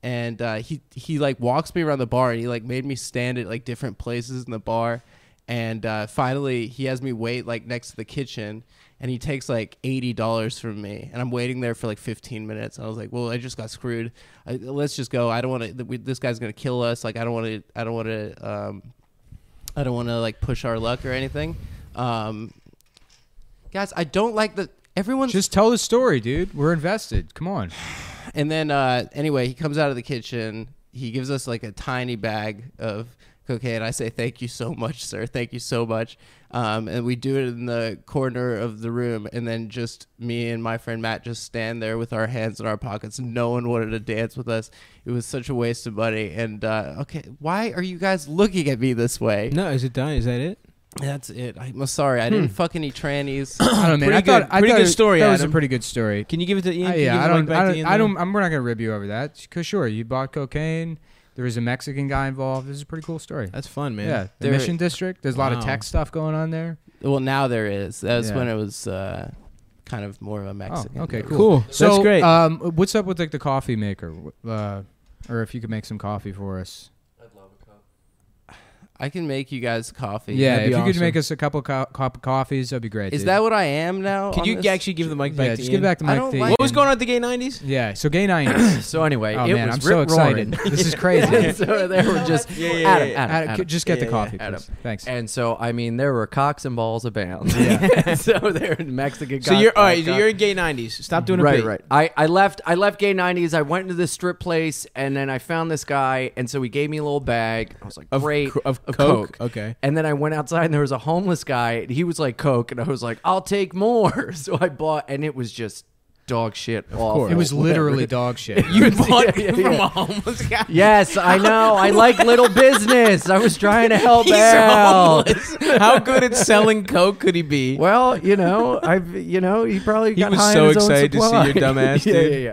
S4: and uh, he he like walks me around the bar, and he like made me stand at like different places in the bar, and uh, finally he has me wait like next to the kitchen, and he takes like eighty dollars from me, and I'm waiting there for like fifteen minutes, and I was like, well, I just got screwed. I, let's just go. I don't want to. This guy's gonna kill us. Like I don't want to. I don't want to. Um, I don't want to like push our luck or anything. Um, guys, I don't like the everyone's.
S1: Just tell the story, dude. We're invested. Come on.
S4: and then uh, anyway, he comes out of the kitchen. He gives us like a tiny bag of cocaine. I say, "Thank you so much, sir. Thank you so much." Um, and we do it in the corner of the room, and then just me and my friend Matt just stand there with our hands in our pockets. No one wanted to dance with us. It was such a waste of money. And uh, okay, why are you guys looking at me this way?
S2: No, is it done? Is that it?
S4: That's it. I'm sorry. I Hmm. didn't fucking eat trannies.
S1: I don't know, man.
S2: Pretty
S1: I thought,
S2: good-
S1: I
S2: pretty
S1: thought
S2: good
S1: it-
S2: story,
S1: That was a
S2: Adam.
S1: pretty good story.
S2: Can you give it to
S1: I-
S2: Ian? Can you give
S1: yeah, I
S2: the mic
S1: don't,
S2: back
S1: I
S2: to
S1: don't,
S2: Ian
S1: I
S2: then?
S1: don't, I'm, we're not gonna rib you over that. Cause sure, you bought cocaine. There was a Mexican guy involved. This is a pretty cool story.
S2: That's fun, man.
S1: Yeah, the
S4: There-
S1: Mission District. There's a lot of
S2: Wow.
S1: tech stuff going on there.
S4: Well, now there is. That was
S1: Yeah.
S4: when it was uh, kind of more of a Mexican.
S1: Oh, okay,
S4: thing.
S1: cool.
S2: Cool. uh, That's
S1: So,
S2: great.
S1: Um, what's up with like the coffee maker? Uh, or if you could make some coffee for us.
S4: I can make you guys coffee.
S1: yeah,
S2: that'd
S1: if
S2: be
S1: you could
S2: awesome.
S1: make us a couple co- cup of coffees, that'd be great.
S4: Is
S1: dude.
S4: that what I am now?
S2: Can
S4: on
S2: you
S4: this?
S2: actually give the mic back
S1: Yeah,
S2: to
S1: just
S2: Ian?
S1: get back to
S4: I
S1: Mike.
S4: don't
S1: D.
S4: like-
S2: What was going on at the gay nineties?
S1: Yeah, so gay nineties.
S3: So anyway,
S1: oh
S3: it
S1: man,
S3: was
S1: I'm so
S3: rip
S1: excited.
S3: roaring.
S1: this is crazy.
S3: so there were just
S2: Yeah, yeah, yeah,
S3: Adam,
S2: yeah.
S3: Adam,
S1: Adam,
S3: Adam.
S1: just get
S2: Yeah,
S1: the
S2: yeah,
S1: coffee,
S3: Adam.
S1: please. Thanks.
S3: And so I mean, there were cocks and balls abound. Yeah. so there were Mexican.
S2: So
S3: cock-
S2: you're all right. So
S3: cock-
S2: you're in gay nineties. Stop doing a
S3: right,
S2: bit.
S3: right. I, I left. I left gay nineties. I went into this strip place, and then I found this guy, and so he gave me a little bag. I was like,
S2: Of
S3: great,
S2: co- of Coke? Okay.
S3: And then I went outside, and there was a homeless guy, and he was like Coke, and I was like, I'll take more. So I bought, and it was just dog shit. Of
S2: course.
S1: it was literally dog shit.
S2: You bought
S3: Yeah, yeah,
S2: from
S3: yeah.
S2: a homeless guy.
S3: Yes, I know. I like little business. I was trying to help
S2: He's
S3: out.
S2: homeless. How good at selling coke could he be?
S3: Well, you know, I've you know, he probably
S2: He
S3: got
S2: was
S3: high
S2: so
S3: on his own
S2: excited to see
S3: supply.
S2: your dumb ass,
S3: yeah,
S2: dude.
S3: yeah, yeah.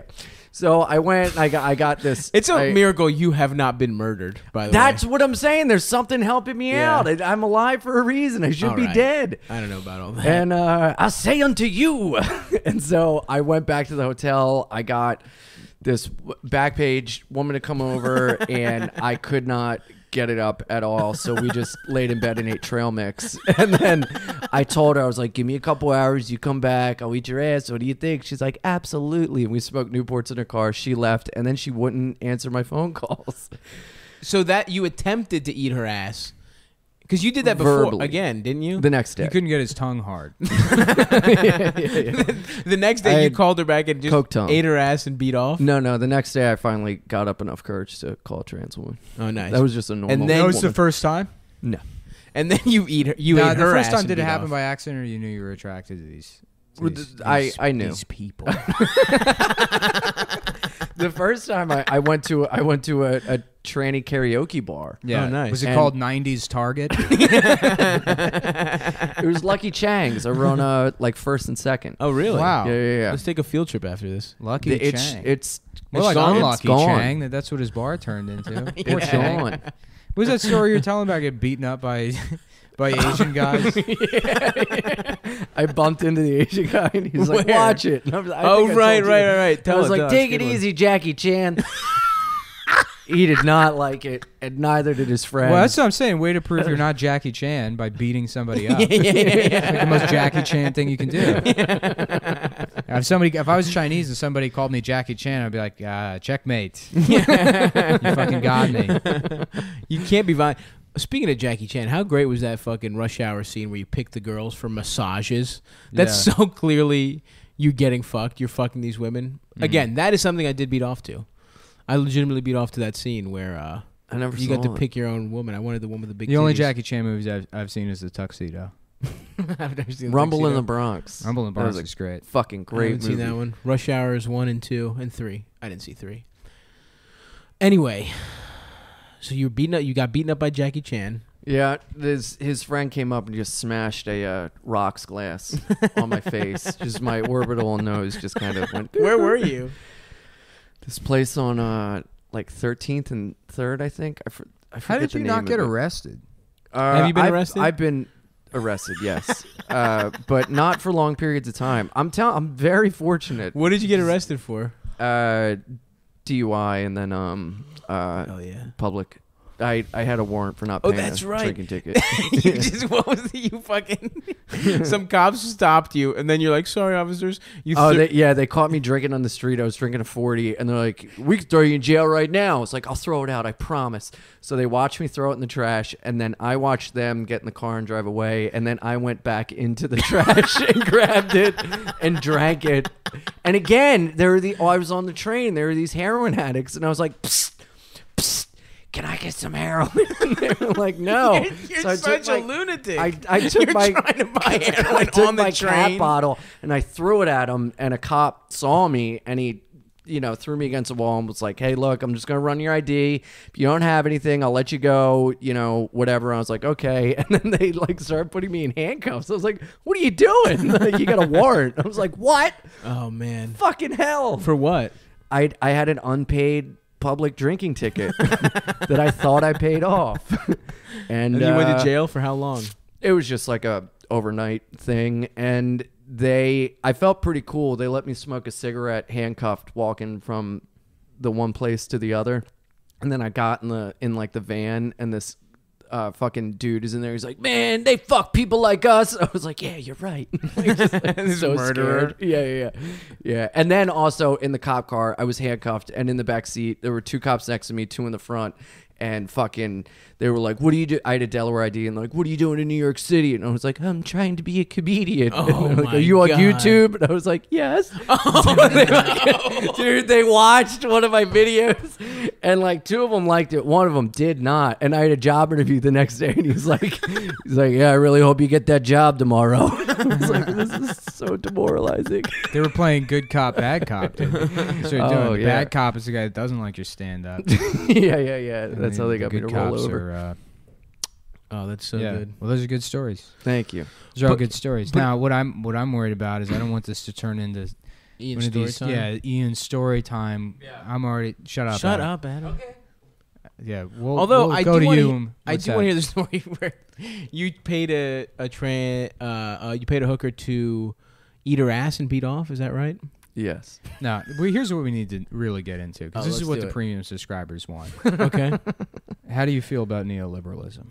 S3: So I went. And I got. I got this.
S2: It's a
S3: I-
S2: miracle you have not been murdered. By the
S3: That's
S2: way,
S3: what I'm saying. There's something helping me
S2: Yeah.
S3: out. I- I'm alive for a reason. I should
S2: All
S3: be
S2: right.
S3: dead.
S2: I don't know about all that.
S3: And uh, I say unto you. and so I went back to the hotel. I got this w- back page woman to come over, and I could not get it up at all. So we just laid in bed and ate trail mix. And then I told her, I was like, give me a couple hours. You come back. I'll eat your ass. What do you think? She's like, absolutely. And we smoked Newports in her car. She left, and then she wouldn't answer my phone calls.
S2: So that you attempted to eat her ass, Because you did that before
S3: Verbally.
S2: again, didn't you?
S3: the next day.
S1: You couldn't get his tongue hard.
S2: the next
S3: I
S2: day, you
S3: had
S2: called her back and just
S3: coke tongue. Mm.
S2: ate her ass and beat off.
S3: no, no. The next day, I finally got up enough courage to call a trans woman.
S2: Oh, nice.
S3: That was just a normal.
S2: And then- That was the
S3: woman.
S1: first time.
S3: no.
S2: and then you eat her. You
S1: Nah,
S2: ate
S1: the
S2: her
S1: first
S2: ass
S1: time
S2: and
S1: did it
S2: beat
S1: happen
S2: off.
S1: by accident, or you knew you were attracted to these? to
S3: Well,
S1: these-
S3: th- I-
S1: these-
S3: I knew. Oh,
S1: these people.
S3: The first time I, I went to I went to a, a tranny karaoke bar.
S1: yeah,
S2: Oh, nice.
S1: Was it
S3: And-
S1: called '90s Target?
S3: It was Lucky Chang's over on uh, like first and second.
S2: Oh, really?
S1: Wow.
S3: Yeah, yeah, yeah.
S2: Let's take a field trip after this.
S1: Lucky
S3: The- it's
S1: Chang.
S3: it's
S1: More
S3: it's
S1: like
S3: gone. It's
S1: unlucky
S3: gone.
S1: Chang. That that's what his bar turned into. Poor
S3: It's
S1: Chang.
S3: gone.
S1: What was that story you're telling about getting beaten up by by Asian guys?
S3: I bumped into the Asian guy and he's like,
S2: Where?
S3: "Watch it." And I was- I
S2: Oh,
S3: think
S2: right,
S3: I told
S2: right,
S3: you.
S2: right, right. Tell
S3: I was
S2: us,
S3: like,
S2: tell us.
S3: "Take it
S2: Good one."
S3: easy, Jackie Chan." he did not like it, and neither did his friends.
S1: well, that's what I'm saying. Way to prove you're not Jackie Chan by beating somebody up. It's like the most Jackie Chan thing you can do. Now, If somebody, if I was Chinese and somebody called me Jackie Chan, I'd be like, uh, checkmate. you fucking got me.
S2: You can't be violent. Speaking of Jackie Chan, how great was that fucking rush hour scene where you pick the girls for massages? That's
S1: Yeah.
S2: so clearly you getting fucked. You're fucking these women.
S3: Mm-hmm.
S2: Again, that is something I did beat off to. I legitimately beat off to that scene where uh,
S3: I never
S2: you
S3: saw
S2: got to
S3: it.
S2: pick your own woman. I wanted the one with the big.
S1: The only
S2: titties.
S1: Jackie Chan movies I've, I've seen is the Tuxedo.
S2: I've never seen
S3: Rumble in the
S2: tuxedo.
S3: Bronx.
S1: Rumble in
S3: That was
S1: Bronx is great.
S3: a fucking
S2: I
S3: great
S2: haven't
S3: movie.
S2: seen that one. Rush Hour is one and two and three. I didn't see three. Anyway, so you were beaten up. You got beaten up by Jackie Chan.
S3: Yeah, his his friend came up and just smashed a uh, rocks glass on my face. Just my orbital nose just kind of went.
S2: Where were you?
S3: This place on uh like 13th and Third, I think. I, for, I
S1: How
S3: forget
S1: did
S3: the
S1: you
S3: name
S1: not
S3: of
S1: get
S3: it.
S1: arrested?
S3: Uh,
S2: Have you been
S3: I've-
S2: arrested?
S3: I've been arrested, yes, uh, but not for long periods of time. I'm telling. I'm very fortunate.
S2: What did you get arrested for?
S3: Uh, DUI and then um uh
S2: Oh, yeah.
S3: public. I I had a warrant for not
S2: Oh,
S3: paying
S2: that's
S3: a
S2: right.
S3: drinking ticket.
S2: you just what was the, you fucking some cops stopped you and then you're like sorry officers you
S3: Oh,
S2: threw-
S3: they, yeah, they caught me drinking on the street. I was drinking a 40, and they're like, We could throw you in jail right now. It's like, I'll throw it out, I promise. So they watched me throw it in the trash, and then I watched them get in the car and drive away, and then I went back into the trash and grabbed it and drank it. And again, there were the, oh, I was on the train, there were these heroin addicts, and I was like, Psst, psst, can I get some heroin? And they were like, No.
S2: you're
S3: So I took
S2: such a
S3: my-
S2: lunatic
S3: I, I took
S2: you're
S3: my
S2: trying to buy
S3: I
S2: heroin
S3: took
S2: on the
S3: my cat
S2: train
S3: bottle and I threw it at him, and a cop saw me, and he, you know, threw me against a wall and was like, "Hey, look, I'm just gonna run your ID. If you don't have anything, I'll let you go. You know, whatever." I was like, "Okay," and then they like started putting me in handcuffs. I was like, "What are you doing? like, you got a warrant?" I was like, "What?
S2: oh man
S3: Fucking hell!"
S2: for what
S3: I I had an unpaid public drinking ticket that I thought I paid off, and,
S2: and you went
S3: uh,
S2: to jail for how long
S3: it was just like a overnight thing and they i felt pretty cool they let me smoke a cigarette handcuffed walking from the one place to the other and then i got in the in like the van and this uh, fucking dude is in there. He's like, man, they fuck people like us. I was like, yeah, you're right. Like, just, like, so
S2: murderer.
S3: scared. Yeah, yeah, yeah, yeah. And then also in the cop car, I was handcuffed, and in the back seat there were two cops next to me, two in the front, and fucking they were like, "What do you do?" I had a Delaware ID, and like, "What are you doing in New York City?" And I was like, "I'm trying to be a comedian."
S2: Oh
S3: And they're like,
S2: my
S3: are you on
S2: God. Oh,
S3: YouTube? And I was like, "Yes." They fucking- dude, they watched one of my videos, and like two of them liked it, one of them did not. And I had a job interview the next day, and he was like, "He's like, yeah, I really hope you get that job tomorrow." I was like, "This is so demoralizing."
S1: They were playing good cop, bad cop. Dude. That's what you're
S3: Oh,
S1: doing. The
S3: yeah.
S1: Bad cop is the guy that doesn't like your stand up.
S3: yeah, yeah, yeah. That's how they got me to
S1: good
S3: roll
S1: cops
S3: over.
S1: Are, uh,
S2: oh that's so
S1: yeah.
S2: good
S1: Well, those are good stories.
S3: Thank you.
S1: Those are all good stories. now, what I'm what I'm worried about is I don't want this to turn into
S2: Ian
S1: one of these.
S2: Storytime?
S1: Yeah, Ian story time. I'm already shut up.
S2: shut
S1: Adam.
S2: up Adam
S1: Yeah. We'll,
S2: Although
S1: we'll
S2: I
S1: go
S2: do
S1: to
S2: wanna
S1: you.
S2: he-
S1: and-
S2: I
S1: what's
S2: do
S1: that?
S2: want to hear the story where you paid a a tran uh, uh you paid a hooker to eat her ass and beat off is that right
S3: Yes.
S1: No, we, here's what we need to really get into because
S2: Oh,
S1: this is
S2: let's
S1: what
S2: do
S1: the
S2: it.
S1: premium subscribers want.
S2: okay
S1: How do you feel about neoliberalism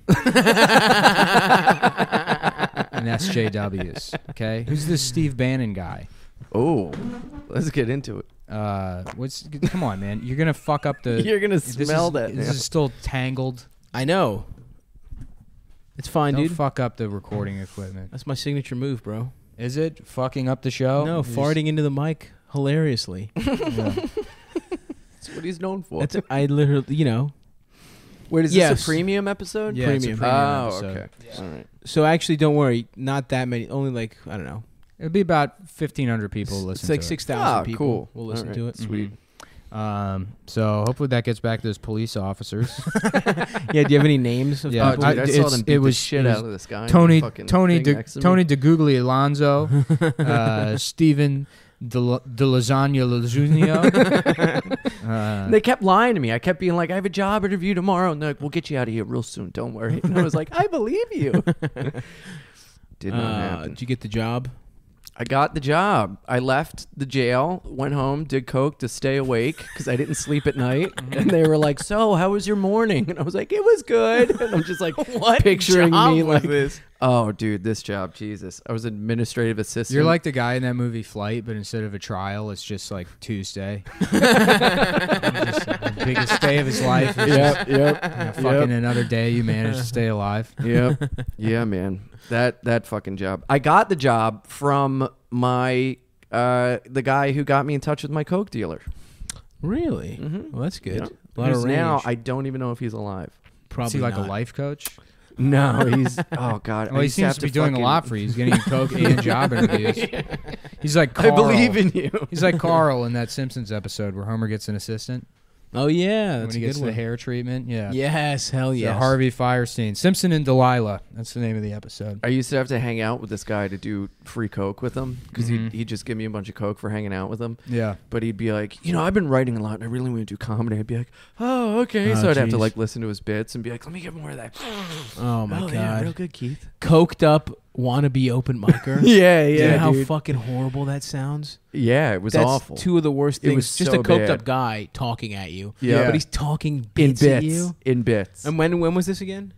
S1: and SJWs? Okay, who's this Steve Bannon guy?
S3: Oh, let's get into it.
S1: Uh, what's? Come on, man. You're gonna fuck up the.
S3: You're gonna
S1: this
S3: smell
S1: is,
S3: that
S1: This
S3: now.
S1: is still tangled.
S2: I know It's fine,
S1: Don't
S2: dude.
S1: fuck up the recording equipment.
S2: That's my signature move, bro.
S1: Is it fucking up the show?
S2: no,
S1: Just-
S2: farting into the mic hilariously.
S1: yeah.
S3: That's what he's known for.
S2: That's I literally, you know.
S3: Where is this
S2: Yes.
S3: a premium episode?
S2: Yeah, it's a
S1: Premium.
S2: premium
S3: Oh,
S2: episode.
S3: okay. All right.
S2: So actually, don't worry. Not that many. Only like I don't know.
S1: It'd be about fifteen hundred people listening.
S2: it's like
S1: to it.
S2: six thousand
S3: Ah,
S2: people.
S3: cool.
S2: We'll listen
S3: Alright.
S2: to it.
S3: Sweet.
S1: Um, so hopefully that gets back to those police officers.
S2: yeah. Do you have any names? Of
S1: Yeah,
S2: people? Uh,
S3: oh, dude, I,
S1: I-
S3: saw
S1: it's-
S3: them
S1: it
S3: beat the
S1: was-
S3: shit
S1: it was
S3: out of this guy. in the
S1: Tony,
S3: fucking
S1: Tony,
S3: thing
S1: De,
S3: next to me.
S1: Tony DeGugli Alonso, uh, Stephen De, La, De Lasagna Lazunio. uh,
S3: They kept lying to me. I kept being like, "I have a job interview tomorrow," and they're like, "We'll get you out of here real soon. Don't worry." And I was like, "I believe you." Did not
S2: Uh,
S3: happen.
S2: did you get the job?
S3: I got the job. I left the jail, went home, did coke to stay awake because I didn't sleep at night. and they were like, "So, how was your morning?" And I was like, "It was good." And I'm just like, "What?" Picturing
S2: job
S3: me
S2: was
S3: like this. Oh, dude, this job, Jesus! I was administrative assistant.
S1: you're like the guy in that movie Flight, but instead of a trial, it's just like Tuesday. Just the biggest day of his life. is just,
S3: yep, yep,
S1: you know, fucking another day you manage to stay alive.
S3: yep, yeah, man. That that fucking job. I got the job from my uh the guy who got me in touch with my coke dealer.
S2: Really? Well, that's good.
S3: Yep.
S2: Mm-hmm. A lot of
S3: Who's
S2: range.
S3: now I don't even know if he's alive.
S2: Probably
S1: Is he like
S2: not.
S1: a life coach?
S3: No, he's oh god.
S1: Well,
S3: I
S1: he
S3: used
S1: seems
S3: have
S1: to be doing
S3: fucking-
S1: a lot for you. He's getting coke and job interviews. He's like
S3: I
S1: Carl.
S3: believe in you.
S1: He's like Carl in that Simpsons episode where Homer gets an assistant
S2: Oh yeah, that's
S1: when he
S2: a
S1: gets
S2: good
S1: the
S2: one.
S1: hair treatment. Yeah.
S2: Yes, hell
S1: So
S2: yes.
S1: Harvey Firestein, Simpson and Delilah. That's the name of the episode.
S3: I used to have to hang out with this guy to do free coke with him because
S1: Mhm.
S2: Mm-hmm.
S3: he'd, he'd just give me a bunch of coke for hanging out with him.
S1: Yeah.
S3: But he'd be like, you know, I've been writing a lot and I really want to do comedy. I'd be like, oh, okay.
S2: Oh,
S3: so I'd have to
S2: geez.
S3: like listen to his bits and be like, let me get more of that.
S2: Oh my god.
S3: yeah, real good, Keith.
S2: Coked up wannabe open micer.
S3: Yeah,
S2: Do you know how
S3: dude.
S2: fucking horrible that sounds?
S3: yeah, it was
S2: That's
S3: awful.
S2: two of the worst
S3: It
S2: things.
S3: was
S2: just
S3: so
S2: a coked
S3: bad.
S2: up guy talking at you.
S3: Yeah.
S2: But he's talking
S3: in
S2: bits, at
S3: bits,
S2: you.
S3: in bits.
S2: And when when was this again?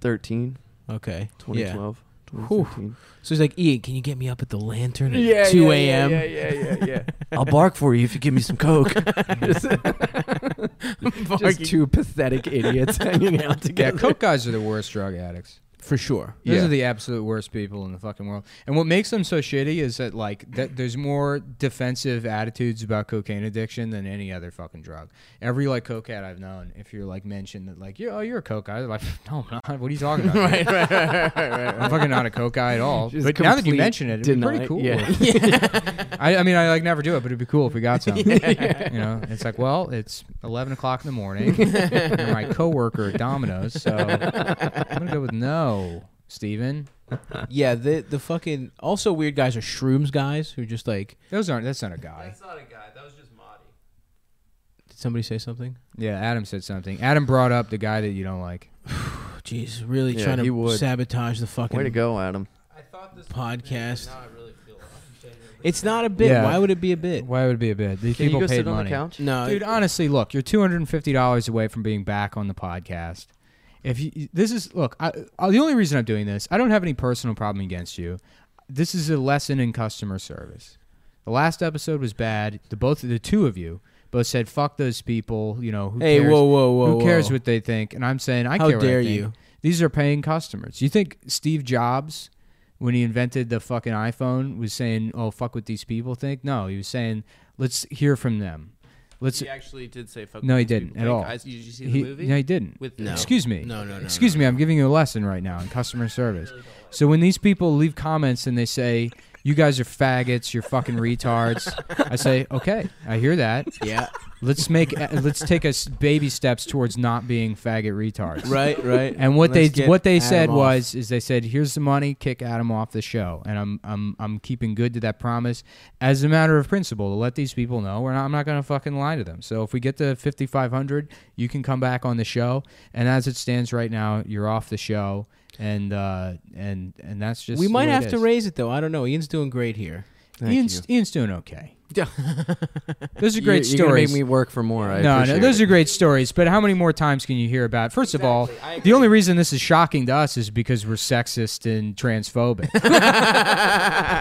S3: 2013,
S2: Okay.
S3: 2012,
S2: Whew.
S3: 2013.
S2: So he's like, Ian, can you get me up at the lantern at
S3: Yeah,
S2: 2
S3: yeah,
S2: a.m.?
S3: Yeah, yeah, yeah, yeah. yeah. I'll bark for you if you give me some coke. just, just two pathetic idiots hanging out
S1: Yeah,
S3: together.
S1: coke guys are the worst drug addicts.
S2: For sure.
S1: Those
S3: Yeah.
S1: are the absolute worst people in the fucking world. And what makes them so shitty is that like that there's more defensive attitudes about cocaine addiction than any other fucking drug. Every like cokehead I've known, if you're like mentioned that like you're oh you're a coke guy, they're like no I'm not. What are you talking about? right, right, right, I'm fucking not a coke guy at all.
S3: Just
S1: but now that you
S3: complete
S1: mention it, it'd be pretty
S3: deny-
S1: cool.
S3: yeah.
S1: I, I mean I like never do it, but it'd be cool if we got some. You know, it's like well it's 11 o'clock in the morning. and my coworker at Domino's, so I'm gonna go with no, Steven.
S2: Yeah, the the fucking also weird guys are shrooms guys who just like
S1: Those aren't. That's not a guy.
S4: not a guy. That was just Marty.
S2: did somebody say something?
S1: Yeah, Adam said something. Adam brought up the guy that you don't like.
S2: Oh, Jeez, really
S3: Yeah,
S2: trying
S3: he
S2: to
S3: would.
S2: sabotage the fucking
S3: Way to go, Adam.
S4: I thought this
S2: podcast.
S4: I really feel
S2: It's not a bit.
S1: Yeah.
S2: Why would it be a bit?
S1: Why would it be a bit? These people paid money.
S2: No,
S1: Dude, honestly, look, you're two hundred and fifty dollars away from being back on the podcast. If you, this is look, I, I, the only reason I'm doing this, I don't have any personal problem against you. This is a lesson in customer service. The last episode was bad. The both the two of you both said fuck those people. You know who
S2: Hey,
S1: cares?
S2: whoa, whoa, whoa,
S1: Who cares
S2: whoa.
S1: what they think? And I'm saying I
S2: How
S1: care. what I
S2: dare
S1: think.
S2: you.
S1: These are paying customers. You think Steve Jobs, when he invented the fucking iPhone, was saying, "Oh, fuck what these people think"? No, he was saying, "Let's hear from them. Let's
S4: He actually did say fuck.
S1: No, he
S4: these
S1: didn't
S4: people.
S1: at
S4: Like,
S1: all.
S4: I, did you see
S1: He-
S4: the movie?
S1: No, he didn't.
S4: With no.
S1: Excuse me.
S2: No, no, no,
S1: Excuse me. I'm giving you a lesson right now in customer service. So when these people leave comments and they say, "You guys are faggots. You're fucking retards," I say, "Okay, I hear that.
S2: yeah,
S1: Let's make. uh, Let's take us baby steps towards not being faggot retards."
S2: right, right.
S1: And what
S2: Let's
S1: they
S2: get
S1: what they
S2: Adam
S1: said
S2: off.
S1: was is they said here's the money kick Adam off the show and I'm I'm I'm keeping good to that promise as a matter of principle to let these people know we're not, I'm not gonna fucking lie to them so if we get to 5500 you can come back on the show and as it stands right now you're off the show and uh and and that's just
S2: we
S1: the
S2: might
S1: way it
S2: have to
S1: is.
S2: raise it though. I don't know. Ian's doing great here.
S1: Ian's, Ian's doing okay
S2: Yeah.
S1: those are great
S3: you're, You're gonna
S1: stories
S3: make me work for more.
S1: no,
S3: I
S1: no,
S3: appreciate
S1: those
S3: it.
S1: are great stories, but how many more times can you hear about? First of all, the only reason this is shocking to us is because we're sexist and transphobic.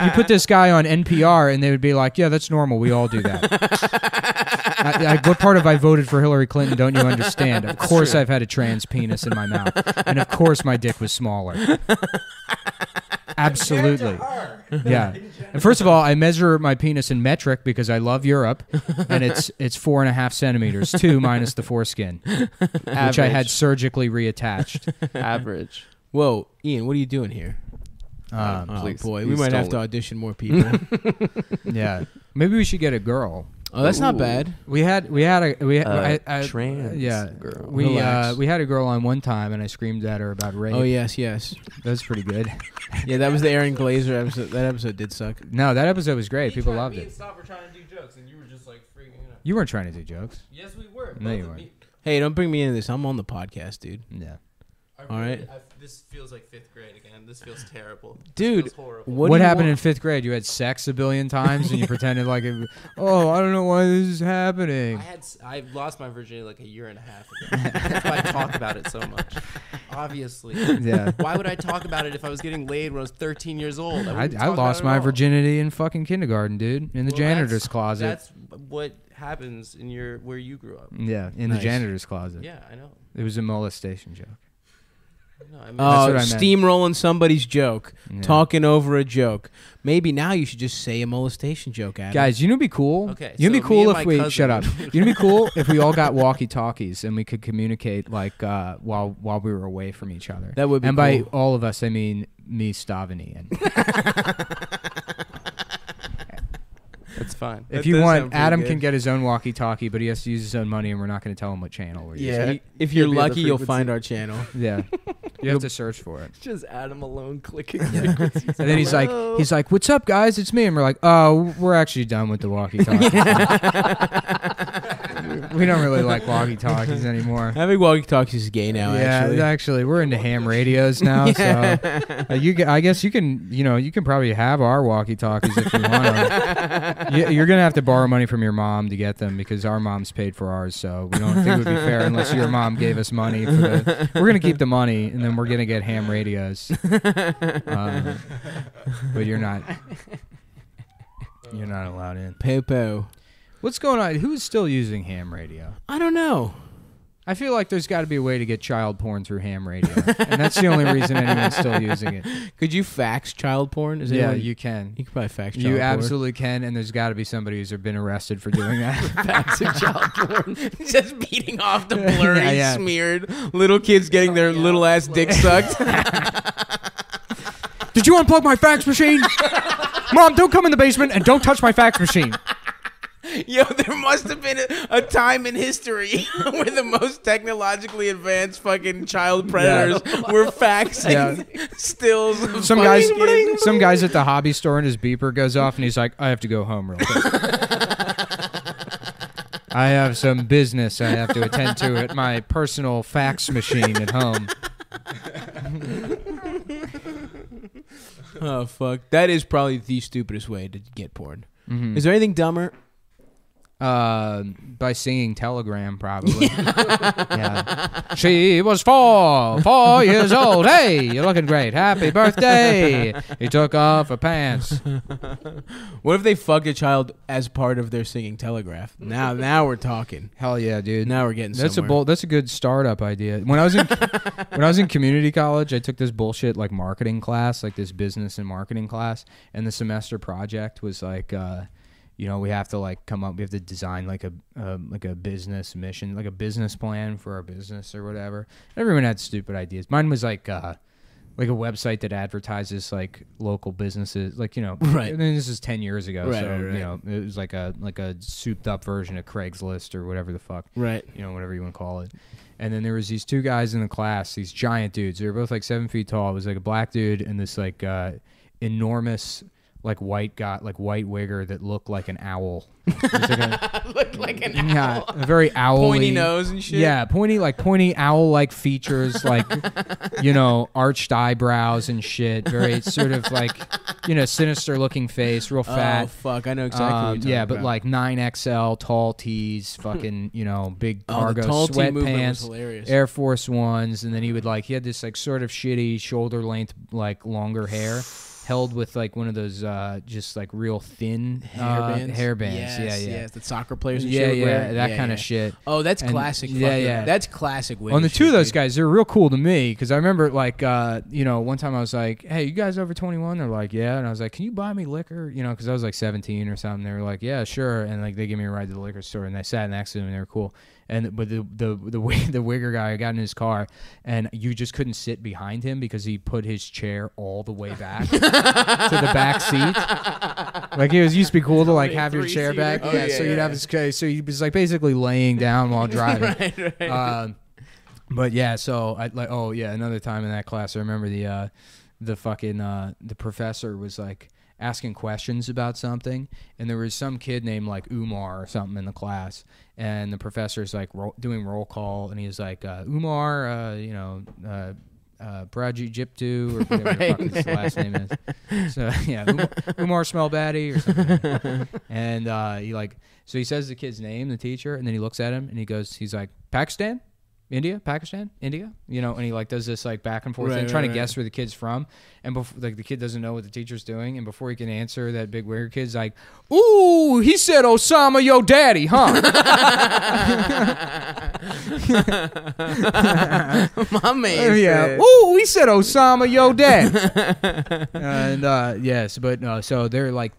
S1: you put this guy on NPR, and they would be like, "Yeah, that's normal. We all do that." I, I, what part of I voted for Hillary Clinton don't you understand? Of course, I've had a trans penis in my mouth, and of course, my dick was smaller. Absolutely. Yeah. And first of all, I measure my penis in metric because I love Europe, and it's it's four and a half centimeters, two minus the foreskin, which I had surgically reattached.
S4: average.
S2: Whoa, Ian, what are you doing here?
S1: Um,
S2: Oh
S4: please,
S2: boy,
S4: you
S2: we might have
S4: stole
S2: to
S4: it.
S2: audition more people.
S1: yeah. Maybe we should get a girl.
S2: oh, that's not
S4: Ooh.
S2: bad.
S1: We had we had a we
S3: Uh,
S1: I, I,
S3: trans
S1: yeah
S3: girl.
S1: we uh,
S2: Relax.
S1: we had a girl on one time and I screamed at her about rape.
S2: Oh yes, yes.
S1: that was pretty good.
S2: Yeah, that was the Aaron Glazer episode. That episode did suck.
S1: No, that episode was great. People loved
S5: Me and
S1: it.
S5: Stop were trying to do jokes, and you were just like freaking out.
S1: You weren't trying to do jokes.
S5: Yes, we were.
S1: No,
S5: both
S1: you
S5: of
S1: weren't.
S5: me-
S2: Hey, don't bring me into this. I'm on the podcast, dude.
S1: Yeah.
S5: I
S2: All
S5: really-
S2: right.
S5: I-
S4: This feels like fifth grade again. This feels terrible.
S2: Dude,
S5: feels horrible.
S2: what,
S1: What,
S2: do you
S1: happened in
S2: want?
S1: fifth grade? You had sex a billion times and you pretended like, it, oh, I don't know why this is
S4: I
S1: happening.
S4: had s- I lost my virginity like a year and a half ago. That's why I talk about it so much. Obviously.
S1: Yeah.
S4: Why would I talk about it if I was getting laid when I was 13 years old?
S1: I,
S4: wouldn't
S1: I
S4: talk about it
S1: lost
S4: at
S1: my
S4: all.
S1: virginity in fucking kindergarten, dude, in the
S4: Well,
S1: janitor's
S4: that's-
S1: closet.
S4: That's what happens in your where you grew up.
S1: yeah, in the
S2: Nice.
S1: janitor's closet.
S4: Yeah, I know.
S1: It was a molestation joke.
S4: No, I mean,
S1: That's
S2: Oh,
S1: what I meant.
S2: steamrolling somebody's joke,
S1: Yeah.
S2: talking over a joke. Maybe now you should just say a molestation joke, Adam.
S1: Guys, you know, what'd be cool.
S4: Okay,
S1: you know, what'd
S4: so
S1: be
S4: me
S1: cool
S4: and
S1: if
S4: my
S1: we
S4: cousin-
S1: shut up. You know, what'd be cool if we all got walkie talkies and we could communicate like uh, while while we were away from each other.
S2: That would be
S1: and by
S2: cool.
S1: all of us, I mean me, Stav, and Ian.
S4: that's fine.
S1: If
S2: That
S1: you
S2: does
S1: want,
S2: sound pretty
S1: Adam
S2: good.
S1: can get his own walkie-talkie, but he has to use his own money, and we're not going to tell him what channel we're
S3: Yeah.
S2: Y- if
S3: Give
S2: you're
S3: me the
S2: lucky, you'll
S3: frequency.
S2: find our channel.
S1: using. Yeah, you have to search for it.
S3: Just Adam alone clicking.
S1: And then he's like, he's like, "What's up, guys? It's me." And we're like, "Oh, we're actually done with the walkie-talkie. we don't really like walkie-talkies anymore."
S2: Having walkie talkies is gay now.
S1: yeah,
S2: actually,
S1: we're into ham radios now, so uh, you. ca- I guess you can, you know, you can probably have our walkie-talkies if you want. 'em. you, you're gonna have to borrow money from your mom to get them because our moms paid for ours, so we don't think it would be fair unless your mom gave us money. For the, we're gonna keep the money, and then we're gonna get ham radios. Um, but you're not. You're not allowed in.
S2: Popo.
S1: What's going on? Who's still using ham radio?
S2: I don't know.
S1: I feel like there's got to be a way to get child porn through ham radio, and that's the only reason anyone's still using it.
S2: Could you fax child porn? Is
S1: yeah,
S2: anyone-
S1: you can.
S2: You could probably fax child
S1: You
S2: porn.
S1: absolutely can, and there's got to be somebody who's been arrested for doing that.
S2: just beating off the
S1: blurry, Yeah, yeah.
S2: smeared little kids getting their little ass dick sucked.
S1: Did you unplug my fax machine? Mom, don't come in the basement and don't touch my fax machine.
S2: Yo, there must have been a, a time in history where the most technologically advanced fucking child predators were faxing stills. Of
S1: Some guys,
S2: fucking kids.
S1: some guys at the hobby store, and his beeper goes off, and he's like, "I have to go home real quick. I have some business I have to attend to at my personal fax machine at home."
S2: Oh fuck, that is probably the stupidest way to get porn.
S1: Mm-hmm.
S2: Is there anything dumber?
S1: Uh, by singing Telegram, probably. yeah. She was four, four years old. Hey, you're looking great. Happy birthday. He took off her pants.
S2: What if they fucked a child as part of their singing telegraph? Now, now we're talking.
S1: Hell yeah, dude.
S2: Now we're getting
S1: That's a
S2: somewhere.
S1: bull. That's a good startup idea. When I was in when I was in community college, I took this bullshit like marketing class, like this business and marketing class, and the semester project was like, uh, you know, we have to like come up, we have to design like a um like a business mission, like a business plan for our business or whatever. Everyone had stupid ideas. Mine was like. Uh, like a website that advertises like local businesses, like you know,
S2: Right.
S1: I mean, this is ten years ago,
S2: Right,
S1: so
S2: right, right.
S1: you know, it was like a like a souped up version of Craigslist or whatever the fuck
S2: Right.
S1: you know, whatever you want to call it. And then there was these two guys in the class, these giant dudes. They were both like seven feet tall. It was like a black dude and this like uh, enormous like white guy, like white wigger that looked like an owl. looked like an yeah, owl. A very owl.
S2: Pointy nose and shit.
S1: Yeah, pointy like pointy owl like features, like you know, arched eyebrows and shit. Very sort of like you know, sinister looking face, real fat.
S2: Oh fuck, I know exactly. what
S1: Um,
S2: you're talking
S1: yeah, but
S2: about.
S1: like nine XL tall tees, fucking you know big
S2: Oh, the
S1: cargo
S2: tall tee movement was
S1: sweatpants,
S2: hilarious.
S1: Air Force ones, and then he would like he had this like sort of shitty shoulder length like longer hair, held with like one of those uh, just like real thin
S2: Hair
S1: uh,
S2: bands.
S1: hair bands.
S2: Yes,
S1: yeah, yeah,
S2: Yes, that soccer players and
S1: yeah,
S2: shit would
S1: yeah,
S2: wear.
S1: that
S2: Yeah,
S1: kind
S2: yeah.
S1: of shit.
S2: Oh, that's
S1: And-
S2: classic.
S1: yeah,
S2: fucking-
S1: yeah.
S2: That's classic.
S1: on the
S2: Wiggish
S1: two of
S2: shit,
S1: those
S2: dude.
S1: guys, they're real cool to me because I remember like uh, you know one time I was like, "Hey, you guys over 21?" They're like, "Yeah," and I was like, "Can you buy me liquor?" You know, because I was like 17 or something. They were like, "Yeah, sure," and like they gave me a ride to the liquor store, and I sat next to them, and they were cool. And but the the the wi- the wigger guy got in his car, and you just couldn't sit behind him because he put his chair all the way back to the back seat. Like it was used to be cool to like have your chair back,
S2: Oh,
S1: yeah,
S2: yeah,
S1: So
S2: yeah,
S1: you'd have his okay, so he was like basically laying down while driving. Um, but yeah, so I like oh yeah, another time in that class, I remember the uh, the fucking uh, the professor was like asking questions about something, and there was some kid named like Umar or something in the class, and the professor's like ro- doing roll call, and he's like uh, Umar, uh, you know. Uh, uh, Praji Jiptu, or whatever the fuck his last name is. So yeah, Umar, Umar Smellbatty or something. like that. and uh, he like, so he says the kid's name, the teacher, and then he looks at him and he goes, he's like, Pakistan, India, Pakistan, India, you know, and he like does this like back and forth
S2: Right,
S1: thing,
S2: right,
S1: trying
S2: right.
S1: to guess where the kid's from, and before like the kid doesn't know what the teacher's doing, and before he can answer, that big weird kid's like, "Ooh, he said Osama, yo daddy, huh?"
S2: My man.
S1: yeah.
S2: said-
S1: Ooh, he said Osama, yo dad. and uh, yes, but uh, so they're like.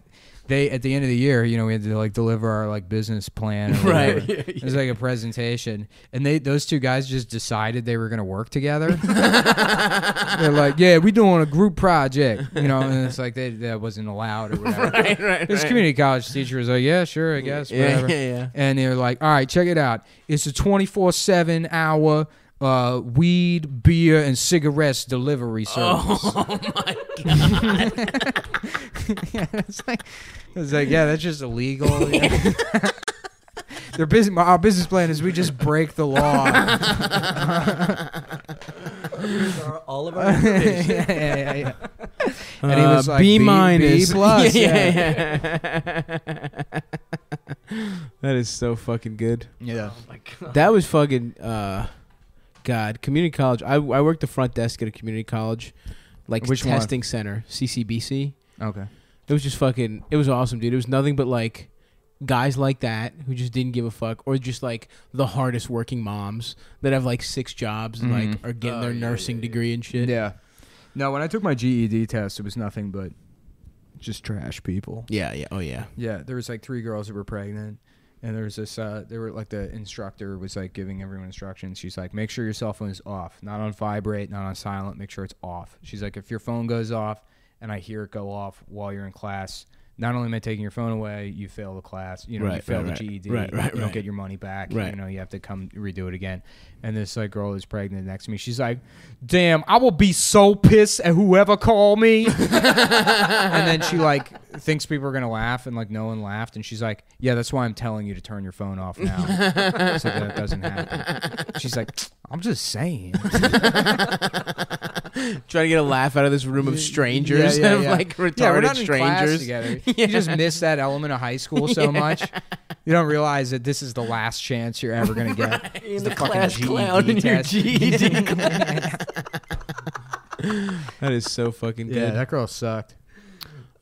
S1: They at the end of the year, you know, we had to like deliver our like business plan, or
S2: Right.
S1: whatever. It was like a presentation, and they those two guys just decided they were gonna work together. They're like, yeah, we doing a group project, you know, and it's like they, that wasn't allowed or whatever.
S2: right, right,
S1: This
S2: right.
S1: community college teacher was like, yeah, sure, I guess,
S2: Yeah,
S1: whatever.
S2: yeah, yeah.
S1: And they're like, all right, check it out. It's a 24 7 hour uh, weed, beer, and cigarettes delivery service.
S2: Oh my
S1: yeah, it's like, it's like, yeah, that's just illegal. you know? Their business, our business plan is we just break the law.
S3: all of
S1: yeah,
S3: our
S1: yeah, yeah, yeah. And
S2: Uh, B minus.
S1: B plus.
S2: Yeah,
S1: Yeah,
S2: yeah. that is so fucking good.
S1: Yeah.
S3: Oh my god.
S2: That was fucking uh, God. Community college. I I worked the front desk at a community college, like
S1: Which one?
S2: testing center, CCBC.
S1: Okay.
S2: It was just fucking. It was awesome, dude. It was nothing but like guys like that who just didn't give a fuck, or just like the hardest working moms that have like six jobs and like
S1: Mhm.
S2: are getting
S3: Oh,
S2: their
S3: yeah,
S2: nursing
S3: yeah, yeah.
S2: degree and shit.
S1: Yeah. No, when I took my GED test, it was nothing but just trash people.
S2: Yeah, yeah, oh yeah.
S1: Yeah, there was like three girls that were pregnant, and there was this. Uh, they were like the instructor was like giving everyone instructions. She's like, make sure your cell phone is off, not on vibrate, not on silent. Make sure it's off. She's like, if your phone goes off, and I hear it go off while you're in class. Not only am I taking your phone away, you fail the class. You know, you
S2: Right,
S1: fail
S2: right,
S1: the
S2: right.
S1: GED.
S2: Right, right,
S1: you don't
S2: right.
S1: get your money back.
S2: Right.
S1: You know, you have to come redo it again. And this like girl is pregnant next to me. She's like, "Damn, I will be so pissed at whoever called me." and then she like thinks people are gonna laugh and like no one laughed and she's like yeah that's why i'm telling you to turn your phone off now so that doesn't happen she's like i'm just saying
S2: Trying to get a laugh out of this room of strangers,
S1: Yeah, yeah,
S2: of
S1: yeah.
S2: like retarded
S1: yeah we're not in class
S2: strangers.
S1: together you just miss that element of high school so much you don't realize that this is the last chance you're ever gonna get It's
S3: the
S1: fucking
S3: class
S1: GED
S3: clown in your
S1: test.
S3: GED
S2: that is so fucking good.
S1: yeah that girl sucked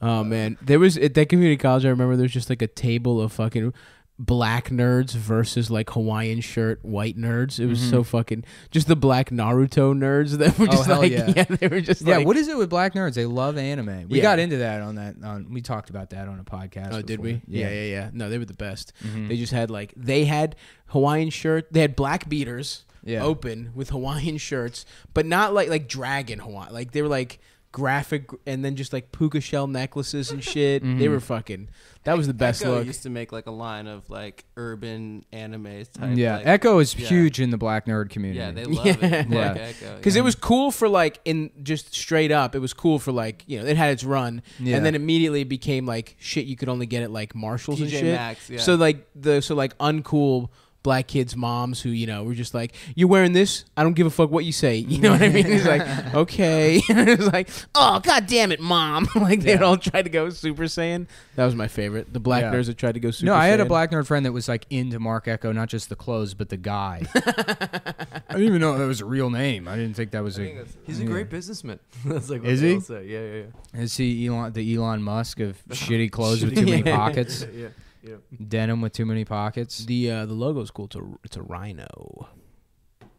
S2: Oh man, there was at that community college. I remember there was just like a table of fucking black nerds versus like Hawaiian shirt white nerds. It was so fucking just the black Naruto nerds that were
S1: Mm-hmm. Oh,
S2: just
S1: hell
S2: like yeah.
S1: yeah.
S2: they were just
S1: yeah
S2: like,
S1: what is it with black nerds they love anime we
S2: Yeah.
S1: got into that on that on we talked about that on a podcast
S2: Oh, did
S1: before. Mm-hmm.
S2: we? Yeah. yeah, yeah, No, they were the best. They just had like they had Hawaiian shirt. They had black beaters
S1: Yeah.
S2: open with Hawaiian shirts, but not like like dragon Hawaiian. Like they were like graphic and then just like puka shell necklaces and shit. They
S1: Mm-hmm.
S2: were fucking. That was the best
S4: Echo
S2: look.
S4: used to make like a line of like urban anime type.
S1: yeah,
S4: like-
S1: Echo is
S4: yeah.
S1: huge in the black nerd community.
S4: Yeah, they love
S2: Yeah.
S4: it. Fuck
S1: Yeah.
S4: Echo.
S2: Because
S4: yeah.
S2: it was cool for like in just straight up, it was cool for like you know it had its run,
S1: Yeah.
S2: and then immediately it became like shit you could only get at like Marshalls and
S4: TJ
S2: shit.
S4: Maxx, yeah.
S2: So like the so like uncool black kids' moms who you know were just like, "You're wearing this? I don't give a fuck what you say." You know what I mean? It's like, okay, and it was like, "Oh god damn it, mom!" like they'd all try to go Super Saiyan. That was my favorite. The black
S1: Yeah.
S2: nerds that tried to go Super.
S1: no, I had a
S2: Saiyan.
S1: black nerd friend that was like into Mark Echo, not just the clothes, but the guy. I didn't even know that was a real name. I didn't think that was a.
S3: He's a great businessman. That's like what
S1: Is
S3: they
S1: he?
S3: all say. Yeah, yeah, yeah.
S1: Is he Elon, the Elon Musk of shitty clothes with too many
S2: Yeah.
S1: pockets?
S3: Yeah, yeah.
S1: Denim with too many pockets?
S2: The uh, the logo's cool. It's a it's a rhino.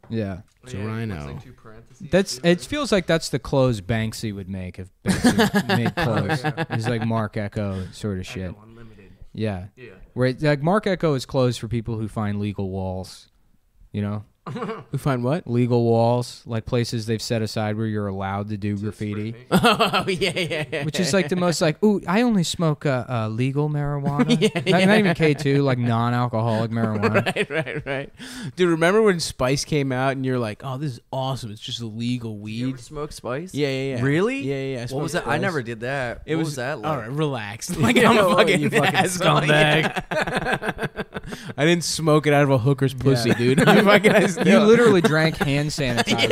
S1: Yeah.
S2: It's a rhino.
S1: That's it. Feels like that's the clothes Banksy would make if Banksy made clothes. It's like Mark Echo sort of shit.
S3: unlimited.
S1: Yeah,
S3: Yeah.
S1: where it, like Mark Echo is clothes for people who find legal walls. You know,
S2: We find what?
S1: legal walls like places they've set aside where you're allowed to do graffiti,
S2: oh yeah, yeah, yeah.
S1: which is like the most like. Ooh, I only smoke uh, uh, legal marijuana. not, not even K two, like non-alcoholic marijuana.
S2: right, right, right. Dude, remember when Spice came out and you're like, "Oh, this is awesome! It's just illegal
S3: You
S2: weed."
S3: ever smoke spice?
S2: Yeah, yeah, yeah.
S3: Really?
S2: Yeah, yeah, yeah. I
S3: What was
S2: smoked
S3: that? I
S2: spice.
S3: never did that.
S2: It
S3: what was, that like?
S2: All right, relax. Like I'm
S3: Yeah,
S2: a
S3: well,
S2: fucking,
S3: you fucking
S2: asshole, yeah. I didn't smoke it out of a hooker's pussy, dude. I'm fucking, I
S1: You
S2: still-
S1: literally drank hand sanitizer.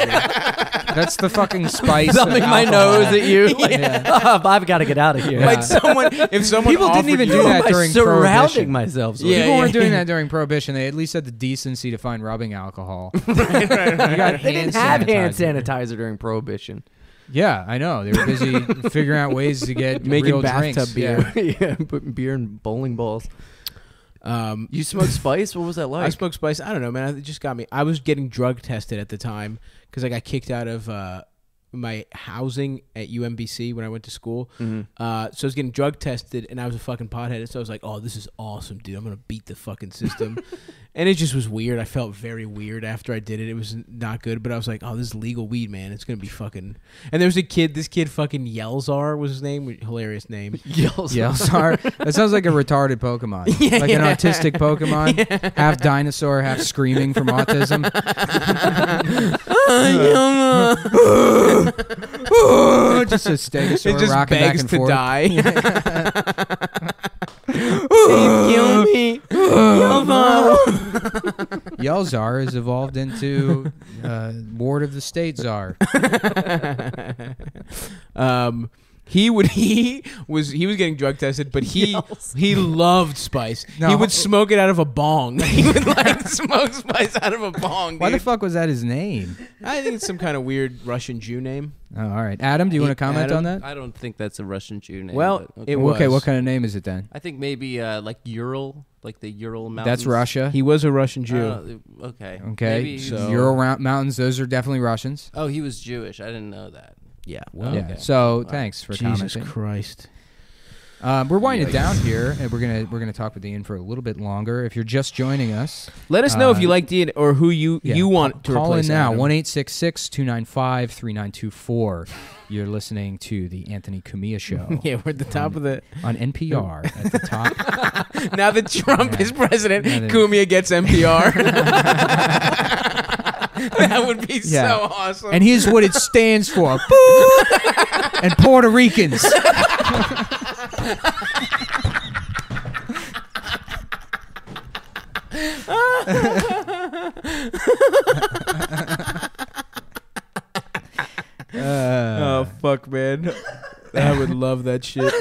S1: That's the fucking spice. of
S6: Thumbing my
S1: alcohol.
S6: nose at you. Like,
S1: Yeah.
S6: I've got to get out of here.
S1: Yeah.
S2: Like someone, if someone
S1: People didn't
S2: offered
S1: even
S2: you-
S1: do that
S6: By
S1: during Prohibition.
S6: surrounding myself.
S2: Yeah,
S1: People
S2: yeah,
S1: weren't doing
S2: yeah.
S1: that during Prohibition. They at least had the decency to find rubbing alcohol. You got
S3: They
S1: hand
S3: didn't have hand
S1: sanitizer.
S3: sanitizer during Prohibition.
S1: Yeah, I know. They were busy figuring out ways to get
S2: Making
S1: real
S2: bathtub
S1: drinks.
S2: beer.
S1: Yeah.
S3: yeah, putting beer in bowling balls.
S2: Um,
S3: You smoked spice? What was that like?
S2: I smoked spice. I don't know, man. It just got me. I was getting drug tested at the time because I got kicked out of uh, my housing at UMBC when I went to school. Uh, so I was getting drug tested, and I was a fucking pothead. So I was like, "Oh, this is awesome, dude! I'm gonna beat the fucking system." and it just was weird. I felt very weird after I did it. It was not good, but I was like, "Oh, this is legal weed, man. It's gonna be fucking." And there was a kid. This kid, fucking Yelzar, was his name. Hilarious name.
S3: Yells.
S1: Yeah, sorry. That sounds like a retarded Pokemon,
S2: Yeah,
S1: like an
S2: yeah.
S1: autistic Pokemon, half dinosaur, half screaming from autism. Oh, just a stegosaur
S2: it just
S1: rocking back
S2: begs
S1: and
S2: to
S1: forth.
S2: die. Please kill me. Kill them.
S1: Yelzar has evolved into uh, Ward of the State Czar.
S2: um, he would he was he was getting drug tested, but he he loved spice.
S1: No.
S2: He would smoke it out of a bong. he would like smoke spice out of a bong.
S1: Why the
S2: dude.
S1: fuck was that his name?
S2: I think it's some kind of weird Russian Jew name.
S1: Oh, all right, Adam, do you want to comment
S2: Adam?
S1: on that?
S4: I don't think that's a Russian Jew name.
S2: Well,
S4: but
S2: it was.
S1: okay, what kind of name is it then?
S4: I think maybe uh, like Ural, like the Ural Mountains.
S1: That's Russia.
S2: He was a Russian
S4: I
S2: Jew.
S4: don't know, okay.
S1: okay,
S4: Maybe he was-
S1: so Ural Rou- Mountains. Those are definitely Russians.
S4: oh, he was Jewish. I didn't know that.
S2: yeah.
S4: well,
S1: Yeah.
S4: Okay.
S1: So thanks for
S2: Jesus
S1: commenting.
S2: Christ.
S1: Um, we're winding it down here, and we're gonna we're gonna talk with Ian for a little bit longer. If you're just joining us,
S2: Let us know
S1: Uh,
S2: if you liked it or who you
S1: yeah,
S2: you want to
S1: call in
S2: replace
S1: now
S2: Adam.
S1: one eight six six two nine five three nine two four. You're listening to the Anthony Cumia Show
S2: Yeah, we're at the top of the.
S1: on NPR at the top.
S2: Now that Trump
S1: Yeah.
S2: is president,
S1: Now that-
S2: Kumia gets NPR. that would be
S1: Yeah.
S2: so awesome.
S1: and here's what it stands for. Boo! and Puerto Ricans. Uh, Uh,
S2: oh fuck, man! I would love that shit.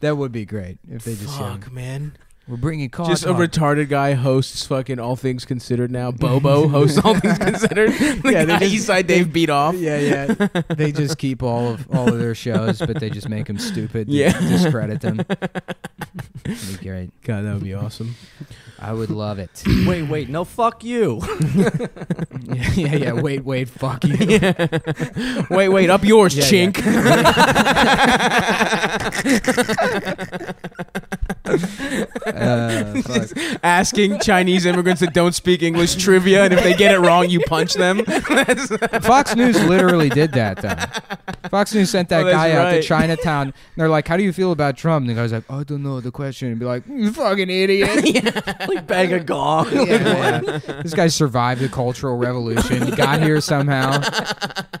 S1: That would be great if they just
S2: fuck, man!
S1: we're bringing car
S2: Just a retarded guy hosts fucking All Things Considered now. Bobo hosts All Things Considered. yeah,
S1: Yeah, they
S2: guy
S1: just-
S2: Eastside Dave beat off.
S1: yeah, yeah. They just keep all of all of their shows, but they just make them stupid. and
S2: Yeah.
S1: discredit them. That'd be great.
S2: God, that would be awesome.
S1: I would love it.
S6: wait, wait. No, fuck you.
S1: yeah, yeah, yeah. Wait, wait. Fuck you.
S2: wait, wait, up yours,
S1: Yeah,
S2: chink.
S1: Uh, fuck.
S2: Asking Chinese immigrants that don't speak English trivia, and if they get it wrong, you punch them.
S1: Fox News literally did that though. Fox News sent that
S2: Oh, that's
S1: guy out to
S2: right.
S1: Chinatown. And they're like, "How do you feel about Trump?" And the guy's like, "I don't know the question." And be like, "You "Fucking idiot!"
S6: like bang a gong.
S1: Yeah, yeah. This guy survived the Cultural Revolution, got here somehow,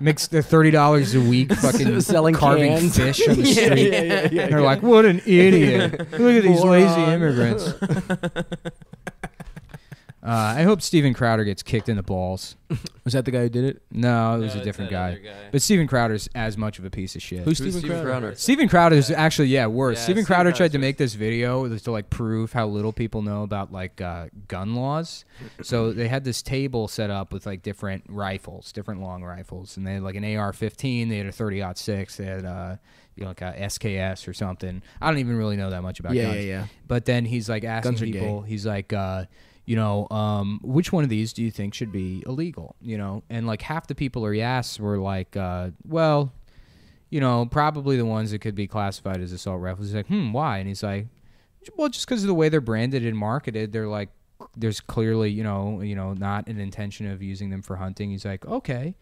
S1: makes the thirty dollars a week, fucking
S6: Selling
S1: carving
S6: cans.
S1: fish on the street. they're like, "What an idiot! Look at these lazy
S6: Moron.
S1: immigrants." Uh, I hope Steven Crowder gets kicked in the balls.
S2: Was that the guy who did it?
S1: No, it
S5: No,
S1: was a
S5: it's
S1: different
S5: that
S1: guy.
S5: other guy.
S1: But Steven Crowder's as much of a piece of shit.
S2: Who's
S3: Who's
S2: Steven Crowder?
S1: Steven Crowder's actually yeah worse.
S5: Yeah,
S1: Steven
S5: Steven
S1: Crowder
S5: Crowder's
S1: tried to
S5: worse.
S1: make this video to like prove how little people know about like uh, gun laws. So they had this table set up with like different rifles, different long rifles, and they had like an AR-15, they had a 30 six, they had uh, you know like a SKS or something. I don't even really know that much about
S2: Yeah,
S1: guns.
S2: yeah, yeah.
S1: But then he's like asking
S2: Guns are gay.
S1: people. He's like, uh, you know, um, which one of these do you think should be illegal? You know, and like half the people he asked were like, uh, well, you know, probably the ones that could be classified as assault rifles. He's like, hmm, why? And he's like, well, just because of the way they're branded and marketed, they're like, there's clearly, you know, you know, not an intention of using them for hunting. He's like, okay.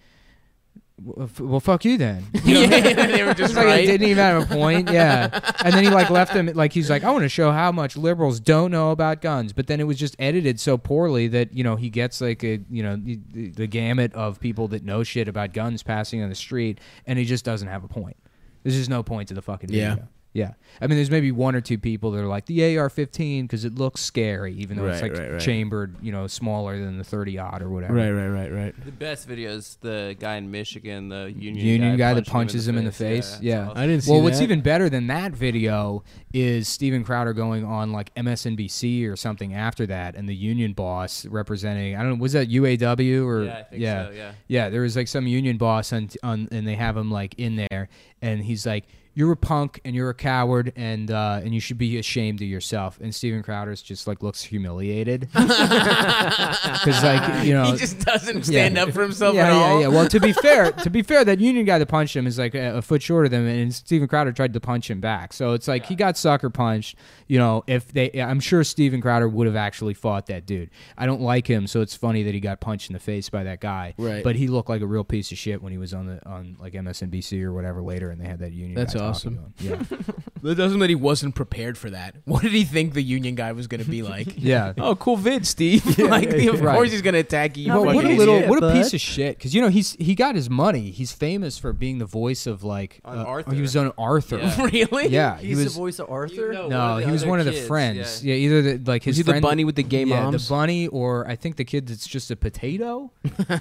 S1: Well, f- well, fuck you then. You know what I mean?
S2: they were
S1: It's like it didn't even have a point. Yeah. And then he like left him like he's like, I want to show how much liberals don't know about guns. But then it was just edited so poorly that you know he gets like a you know the, the- the gamut of people that know shit about guns passing on the street, and he just doesn't have a point. There's just no point to the fucking
S2: Yeah.
S1: video. Yeah. I mean, there's maybe one or two people that are like the AR-15 because it looks scary, even though it's
S2: Right,
S1: like
S2: right, right.
S1: chambered, you know, smaller than the 30 odd or whatever.
S2: Right, right, right, right.
S4: The best video is the guy in Michigan, the union,
S1: Union guy that
S4: punching
S1: punches him in the face. Yeah.
S4: that's
S2: I didn't see
S1: Well, what's
S2: that.
S1: even better than that video is Steven Crowder going on like MSNBC or something after that, and the union boss representing I don't know was that UAW or
S4: Yeah, I think so, yeah.
S1: yeah, there was like some union boss on, on and they have him like in there, and he's like, "You're a punk and you're a coward and uh, and you should be ashamed of yourself." And Steven Crowder's just like looks humiliated because like you know
S2: doesn't
S1: yeah.
S2: for himself
S1: yeah, yeah, yeah. Well, to be fair, to be fair, that union guy that punched him is like a, a foot shorter than him, and Steven Crowder tried to punch him back. So it's like he got sucker punched. You know, if they, I'm sure Steven Crowder would have actually fought that dude. I don't like him, so it's funny that he got punched in the face by that guy.
S2: Right.
S1: But he looked like a real piece of shit when he was on the on like MSNBC or whatever later, and they had that union.
S2: That's
S1: guy talking
S2: awesome.
S1: to him. Yeah.
S2: That doesn't mean he wasn't prepared for that. What did he think the union guy was going to be like?
S1: Yeah.
S2: Oh, cool vid, Steve. like, of
S1: Right.
S2: course he's going to attack you. you
S6: No,
S1: But
S6: but
S1: what
S2: fucking
S1: a
S6: he's-
S1: little,
S2: idiot.
S1: what a
S6: but-
S1: piece of shit! Because you know he's he got his money. He's famous for being the voice of like
S4: On
S1: uh,
S4: Arthur.
S1: He was on Arthur.
S4: Yeah.
S2: really?
S1: Yeah,
S3: He's the voice of Arthur.
S4: know-
S1: No,
S4: Oh, one of the
S1: he was
S4: other
S1: one of the
S4: kids,
S1: friends. Yeah, either the, like his
S2: Is he the
S1: friend-
S2: bunny with the gay
S1: yeah,
S2: moms?
S1: the bunny, or I think the kid that's just a potato,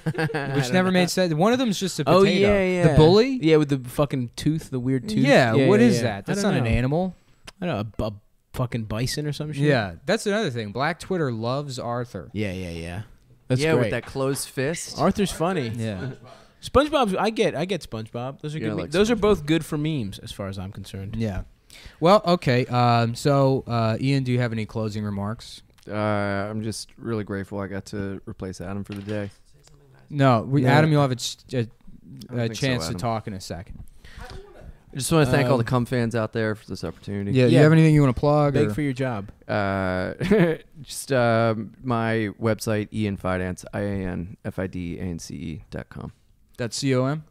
S1: which never made sense. One of them's just a potato.
S2: Oh yeah, yeah.
S1: The bully.
S2: Yeah, with the fucking tooth, the weird tooth.
S1: Yeah, what is
S2: yeah.
S1: that?
S2: I
S1: That's
S2: don't
S1: not an
S2: know.
S1: animal.
S2: I don't know, a, a fucking bison or some shit.
S1: Yeah, that's another thing. Black Twitter loves Arthur.
S2: yeah, yeah, yeah. That's
S3: yeah,
S2: great.
S3: with that closed fist.
S2: Arthur's funny.
S1: Yeah,
S2: SpongeBob's. I get. I get SpongeBob. Those are
S3: Yeah,
S2: good.
S3: I
S2: me-
S3: like
S2: those are both good for memes, as far as I'm concerned.
S1: yeah. Well, okay. Um, so, uh, Ian, do you have any closing remarks?
S3: Uh, I'm just really grateful I got to replace Adam for the day.
S1: No, we,
S2: No.
S1: Adam, you'll have a, ch- a,
S3: I don't
S1: a
S3: think so,
S1: chance to
S3: Adam.
S1: talk in a second.
S3: I just want to thank all the
S2: Um,
S3: cum fans out there for this opportunity.
S1: Yeah, you
S2: Yeah.
S1: have anything you want to plug?
S2: Beg
S1: or-
S2: for your job.
S3: Uh, just um my website, Ian Finance, I A N F I D A N C E dot com
S1: that's com.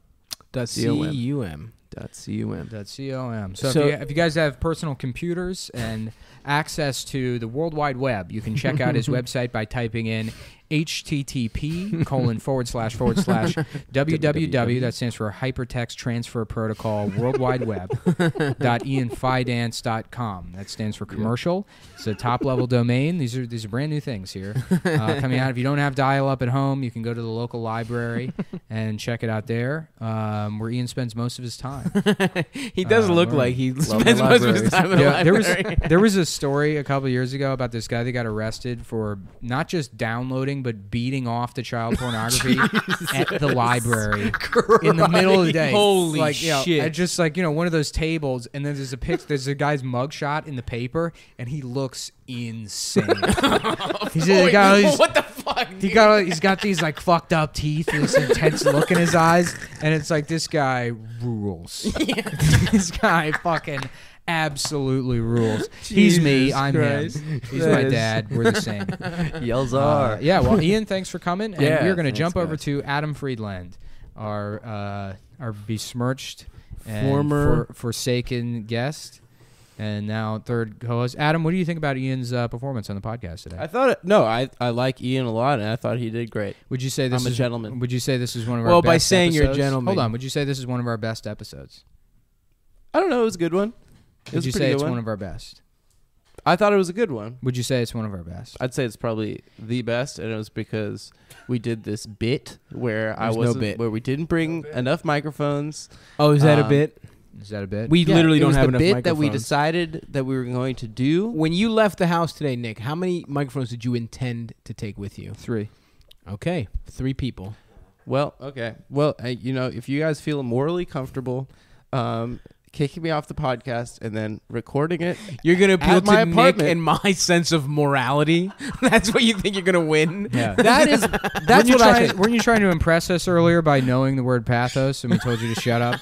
S2: Dot C
S3: C-O-M.
S2: U M.
S3: dot C U M.
S1: That's com. So,
S2: So-
S1: if, you, if you guys have personal computers and access to the World Wide Web, you can check out his website by typing in http colon forward slash forward slash www that stands for hypertext transfer protocol world wide web dot E ianfidance.com that stands for commercial it's a top level domain these are these are brand new things here uh, coming out if you don't have dial up at home you can go to the local library and check it out there um, where ian spends most of his time
S2: He does
S1: Uh,
S2: look
S1: learn.
S2: like he
S3: Love
S2: spends
S3: the
S2: most of
S3: libraries.
S2: his time in
S1: yeah,
S2: the
S1: there was
S2: library.
S1: there was a story a couple of years ago about this guy that got arrested for not just downloading but beating off to child pornography at the library in the middle of the day.
S2: Holy
S1: like, you know,
S2: shit.
S1: at just like you know one of those tables, and then there's a pic, there's a guy's mugshot in the paper, and he looks insane. he's, he got all these-
S2: what the fuck?
S1: he got all- he's got these like fucked up teeth and this intense look in his eyes, and it's like this guy rules. this guy fucking absolutely rules. he's me,
S2: Jesus
S1: I'm
S2: Christ.
S1: him. He's
S3: That
S1: my
S3: is-
S1: dad. We're the same.
S3: Yells
S1: Uh,
S3: are.
S1: yeah. Well, Ian, thanks for coming. And
S3: Yeah,
S1: we're gonna
S3: thanks,
S1: jump over
S3: guys.
S1: to Adam Friedland, our uh, our besmirched, and
S2: Former-
S1: for, forsaken guest. And now third co-host Adam, what do you think about Ian's uh, performance on the podcast today?
S4: I thought it, no, I I like Ian a lot, and I thought he did great.
S1: Would you say this
S4: I'm a
S1: is-
S4: gentleman.
S1: Would you say this is one of our
S2: Well,
S1: best
S2: by saying you're a
S1: episodes?
S2: gentleman.
S1: Hold on, would you say this is one of our best episodes?
S4: I don't know, it was a good one. It
S1: Would
S4: was
S1: you
S4: a pretty
S1: say
S4: good
S1: it's
S4: one.
S1: one of our best?
S4: I thought it was a good one.
S1: Would you say it's one of our best?
S4: I'd say it's probably the best, and it was because we did this bit where I
S2: There's no
S4: wasn't,
S2: bit.
S4: where we didn't bring enough microphones.
S2: Oh, is that a
S4: Um,
S2: bit?
S1: Is that a bit?
S2: We
S4: Yeah,
S2: literally
S4: it
S2: don't
S4: was
S2: have
S4: the
S2: enough
S4: bit
S2: microphones.
S4: that we decided that we were going to do.
S2: when you left the house today, Nick, how many microphones did you intend to take with you?
S1: three.
S2: Okay, three people.
S4: Well, okay. Well, uh, you know, if you guys feel morally comfortable, um, kicking me off the podcast and then recording it,
S2: You're gonna appeal
S4: At
S2: to
S4: my
S2: Nick
S4: apartment.
S2: and my sense of morality. That's what you think you're gonna win.
S1: Yeah.
S4: that is that's
S1: weren't, you
S4: what I
S1: trying-
S4: think.
S1: weren't you trying to impress us earlier by knowing the word pathos and we told you to shut up?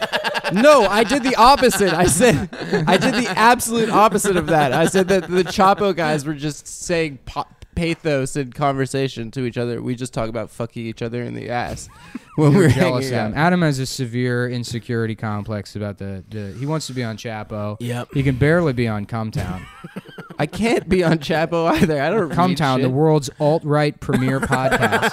S4: No, I did the opposite. I said I did the absolute opposite of that. I said that the Chapo guys were just saying pa- pathos in conversation to each other. We just talk about fucking each other in the ass when
S1: You were
S4: we were
S1: jealous of
S4: hanging
S1: him.
S4: out.
S1: Adam has a severe insecurity complex about the, the he wants to be on Chapo.
S2: Yep.
S1: He can barely be on Cumtown.
S4: I can't be on Chapo either. I don't read
S1: Cumtown, the
S4: shit.
S1: world's alt right premier podcast.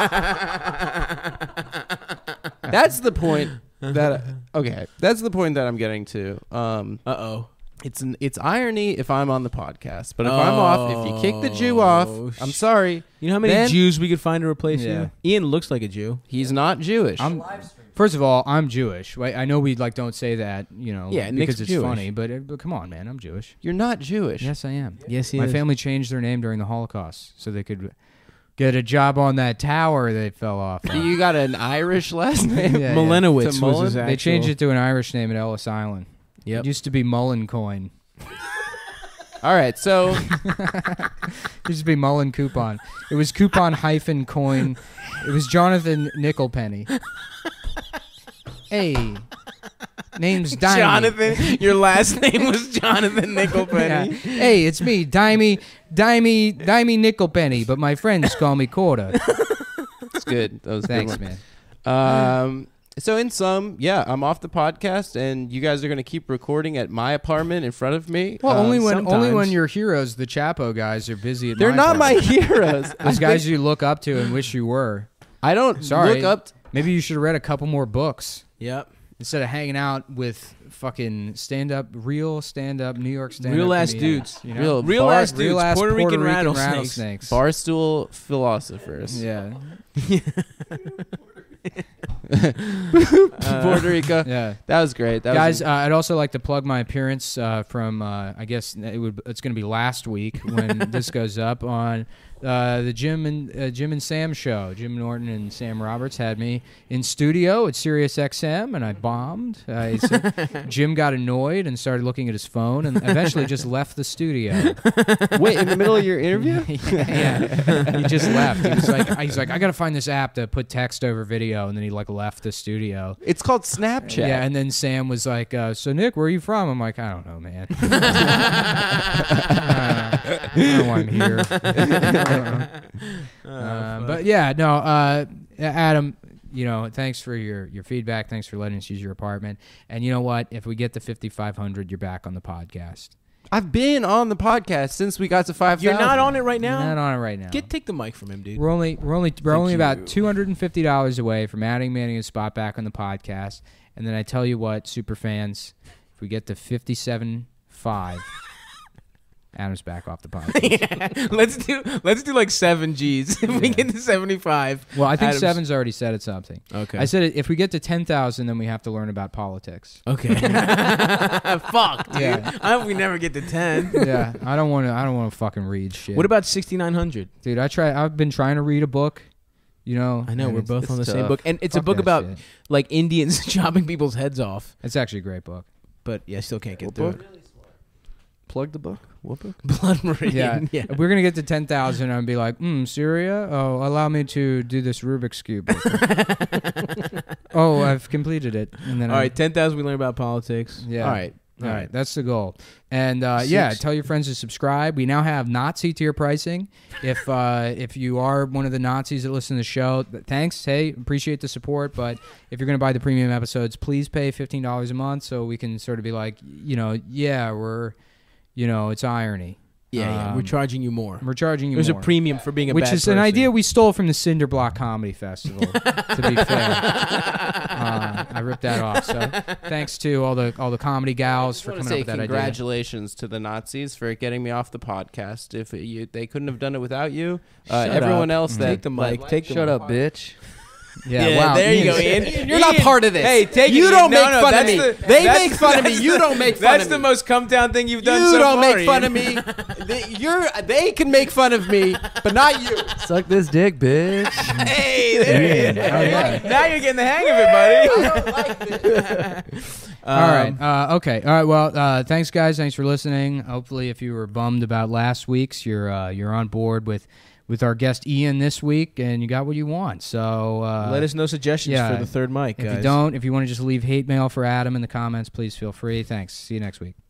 S4: That's the point that okay. That's the point that I'm getting to. Um,
S2: Uh oh.
S4: it's an, it's irony if I'm on the podcast, but if I'm off, if you kick the Jew off,
S2: Oh,
S4: I'm
S2: sh-
S4: sorry.
S2: You know how many
S4: Then-
S2: Jews we could find to replace
S1: Yeah.
S2: you? Ian looks like a Jew.
S4: He's not Jewish.
S1: I'm, first of all, I'm Jewish. Right? I know we like don't say that, you know,
S2: Yeah, Nick's
S1: because it's
S2: Jewish.
S1: funny, but, it- but come on, man, I'm Jewish.
S4: You're not Jewish.
S1: Yes, I am.
S2: Yes, he
S1: My
S2: is.
S1: family changed their name during the Holocaust so they could get a job on that tower they fell off. of.
S4: You got an Irish last name.
S1: Yeah, yeah.
S2: Milenowitz
S4: To
S2: was
S4: Mullen?
S2: his actual.
S1: They changed it to an Irish name at Ellis Island.
S2: Yep.
S1: It used to be Mullen Coin.
S4: All right, so
S1: It used to be Mullen Coupon. It was coupon hyphen coin. It was Jonathan Nickelpenny. Hey, name's Dimey.
S2: Jonathan. Your last name was Jonathan
S1: Yeah.
S2: Nickelpenny.
S1: Hey, it's me, Dimey, Dimey, Dimey Nickelpenny, but my friends call me Quarter.
S4: it's good. That was a
S1: Thanks,
S4: good
S1: man.
S4: one. Um, so in sum, yeah, I'm off the podcast, and you guys are gonna keep recording at my apartment in front of me.
S1: Well,
S4: Uh,
S1: only when only
S2: sometimes.
S1: when your heroes, the Chapo guys, are busy. At
S4: they're
S1: my
S4: not my
S1: place.
S4: heroes. I
S1: Those guys
S4: think-
S1: you look up to and wish you were.
S4: I don't
S1: Sorry.
S4: look up.
S1: Maybe you should have read a couple more books.
S2: Yep.
S1: instead of hanging out with fucking stand up, real stand up, New York stand up,
S2: Real ass dudes.
S1: you know?
S4: Real-
S2: Real
S4: Bar-
S2: ass dudes.
S1: real ass
S2: Puerto, Rican, rattlesnakes.
S1: rattlesnakes.
S4: Barstool philosophers.
S1: Yeah,
S4: Puerto Rico.
S1: Uh, yeah.
S4: That was great. That
S1: Guys,
S4: was
S1: uh, I'd also like to plug my appearance uh, from uh, I guess it would it's going to be last week when this goes up on uh, the Jim and uh, Jim and Sam show. Jim Norton and Sam Roberts had me in studio at Sirius XM, and I bombed. I s- Jim got annoyed and started looking at his phone, and eventually just left the studio.
S4: wait in the middle of your interview.
S1: yeah. He just left. He was like, he's like, I gotta find this app to put text over video, and then he like left the studio.
S4: It's called Snapchat.
S1: Yeah, and then Sam was like, uh, "So Nick, where are you from?" I'm like, "I don't know, man. Uh, I don't know why I'm here."
S2: Oh,
S1: Uh, but yeah, no, uh, Adam, you know, thanks for your your feedback. Thanks for letting us use your apartment. And you know what? If we get to 5,500, you're back on the podcast.
S4: I've been on the podcast since we got to five.
S2: You're not on it right now.
S1: Not on it right now.
S2: Get take the mic from him, dude.
S1: We're only we're only we're only
S2: you.
S1: about two hundred and fifty dollars away from adding Manning a spot back on the podcast. And then I tell you what, super fans, if we get to fifty seven five, Adam's back off the podcast.
S2: let's do let's do like seven G's. If we get to seventy five.
S1: Well, I think
S2: Adam's-
S1: seven's already said it something.
S2: Okay.
S1: I said it, if we get to ten thousand, then we have to learn about politics.
S2: Okay. Fuck, dude.
S1: Yeah.
S2: I hope we never get to ten.
S1: yeah, I don't want to. I don't want to fucking read shit.
S2: What about sixty nine hundred?
S1: dude? I try. I've been trying to read a book. You know,
S2: I know
S1: and
S2: we're
S1: it's-
S2: both
S4: it's
S2: on the same
S4: tough.
S2: book, and it's a
S1: Fuck
S2: book
S1: that
S2: about
S1: shit.
S2: like Indians chopping people's heads off.
S1: It's actually a great book.
S2: But yeah, I still can't get
S6: What
S2: through
S6: book? Plug the book. What book?
S2: it. Blood Meridian.
S1: Yeah.
S2: yeah.
S1: If we're gonna get to ten thousand, I'd be like, mm, Syria. Oh, allow me to do this Rubik's cube. oh, I've completed it. And then
S2: All
S1: I-
S2: right, ten thousand. We learn about politics. Uh,
S1: Yeah.
S2: All right.
S1: all right, that's the goal. And uh, yeah,
S2: Six.
S1: tell your friends to subscribe. We now have Nazi tier pricing. If uh, if you are one of the Nazis that listen to the show, th- thanks. Hey, appreciate the support. But if you're gonna buy the premium episodes, please pay fifteen dollars a month so we can sort of be like, you know, yeah, we're, you know, it's irony.
S2: Yeah. yeah. We're
S1: Um,
S2: charging you more.
S1: We're charging you
S2: There's
S1: more.
S2: a premium for being a
S1: which
S2: bad
S1: is an
S2: person.
S1: idea we stole from the Cinderblock Comedy Festival. to be fair, uh, I ripped that off. So thanks to all the all the comedy gals
S4: just
S1: for
S4: want
S1: coming up
S4: to say
S1: with that idea.
S4: congratulations to the Nazis for getting me off the podcast. If you, they couldn't have done it without you. Uh,
S2: Shut
S4: everyone
S2: up.
S4: else
S2: Take
S4: that
S2: the mic. Take the
S6: Shut
S2: mic.
S6: up, bitch.
S1: Yeah, wow.
S4: there you go,
S1: Ian.
S4: Ian. You're not part of this.
S2: Hey, take it
S4: you
S2: easy.
S4: don't
S2: No,
S4: make
S2: no,
S4: fun of
S2: that's
S4: me.
S2: the-
S4: they
S2: that's-
S4: make fun of me.
S2: that's-
S4: You don't make fun
S2: That's
S4: of me.
S2: the most come down thing you've done.
S4: you
S2: so
S4: don't
S2: far,
S4: make fun
S2: Ian.
S4: of me. They- You're they can make fun of me, but not you.
S6: Suck this dick, bitch.
S2: Hey, there it is.
S1: Yeah. Oh, yeah.
S2: now you're getting the hang of it, buddy.
S1: All right. Uh, okay. All right. Well, uh, thanks, guys. Thanks for listening. Hopefully, if you were bummed about last week's, you're uh, you're on board with with our guest Ian this week, and you got what you want. So uh,
S2: Um, Let us know suggestions
S1: yeah.
S2: for the third mic,
S1: If
S2: guys.
S1: you don't, if you want to just leave hate mail for Adam in the comments, please feel free. Thanks. See you next week.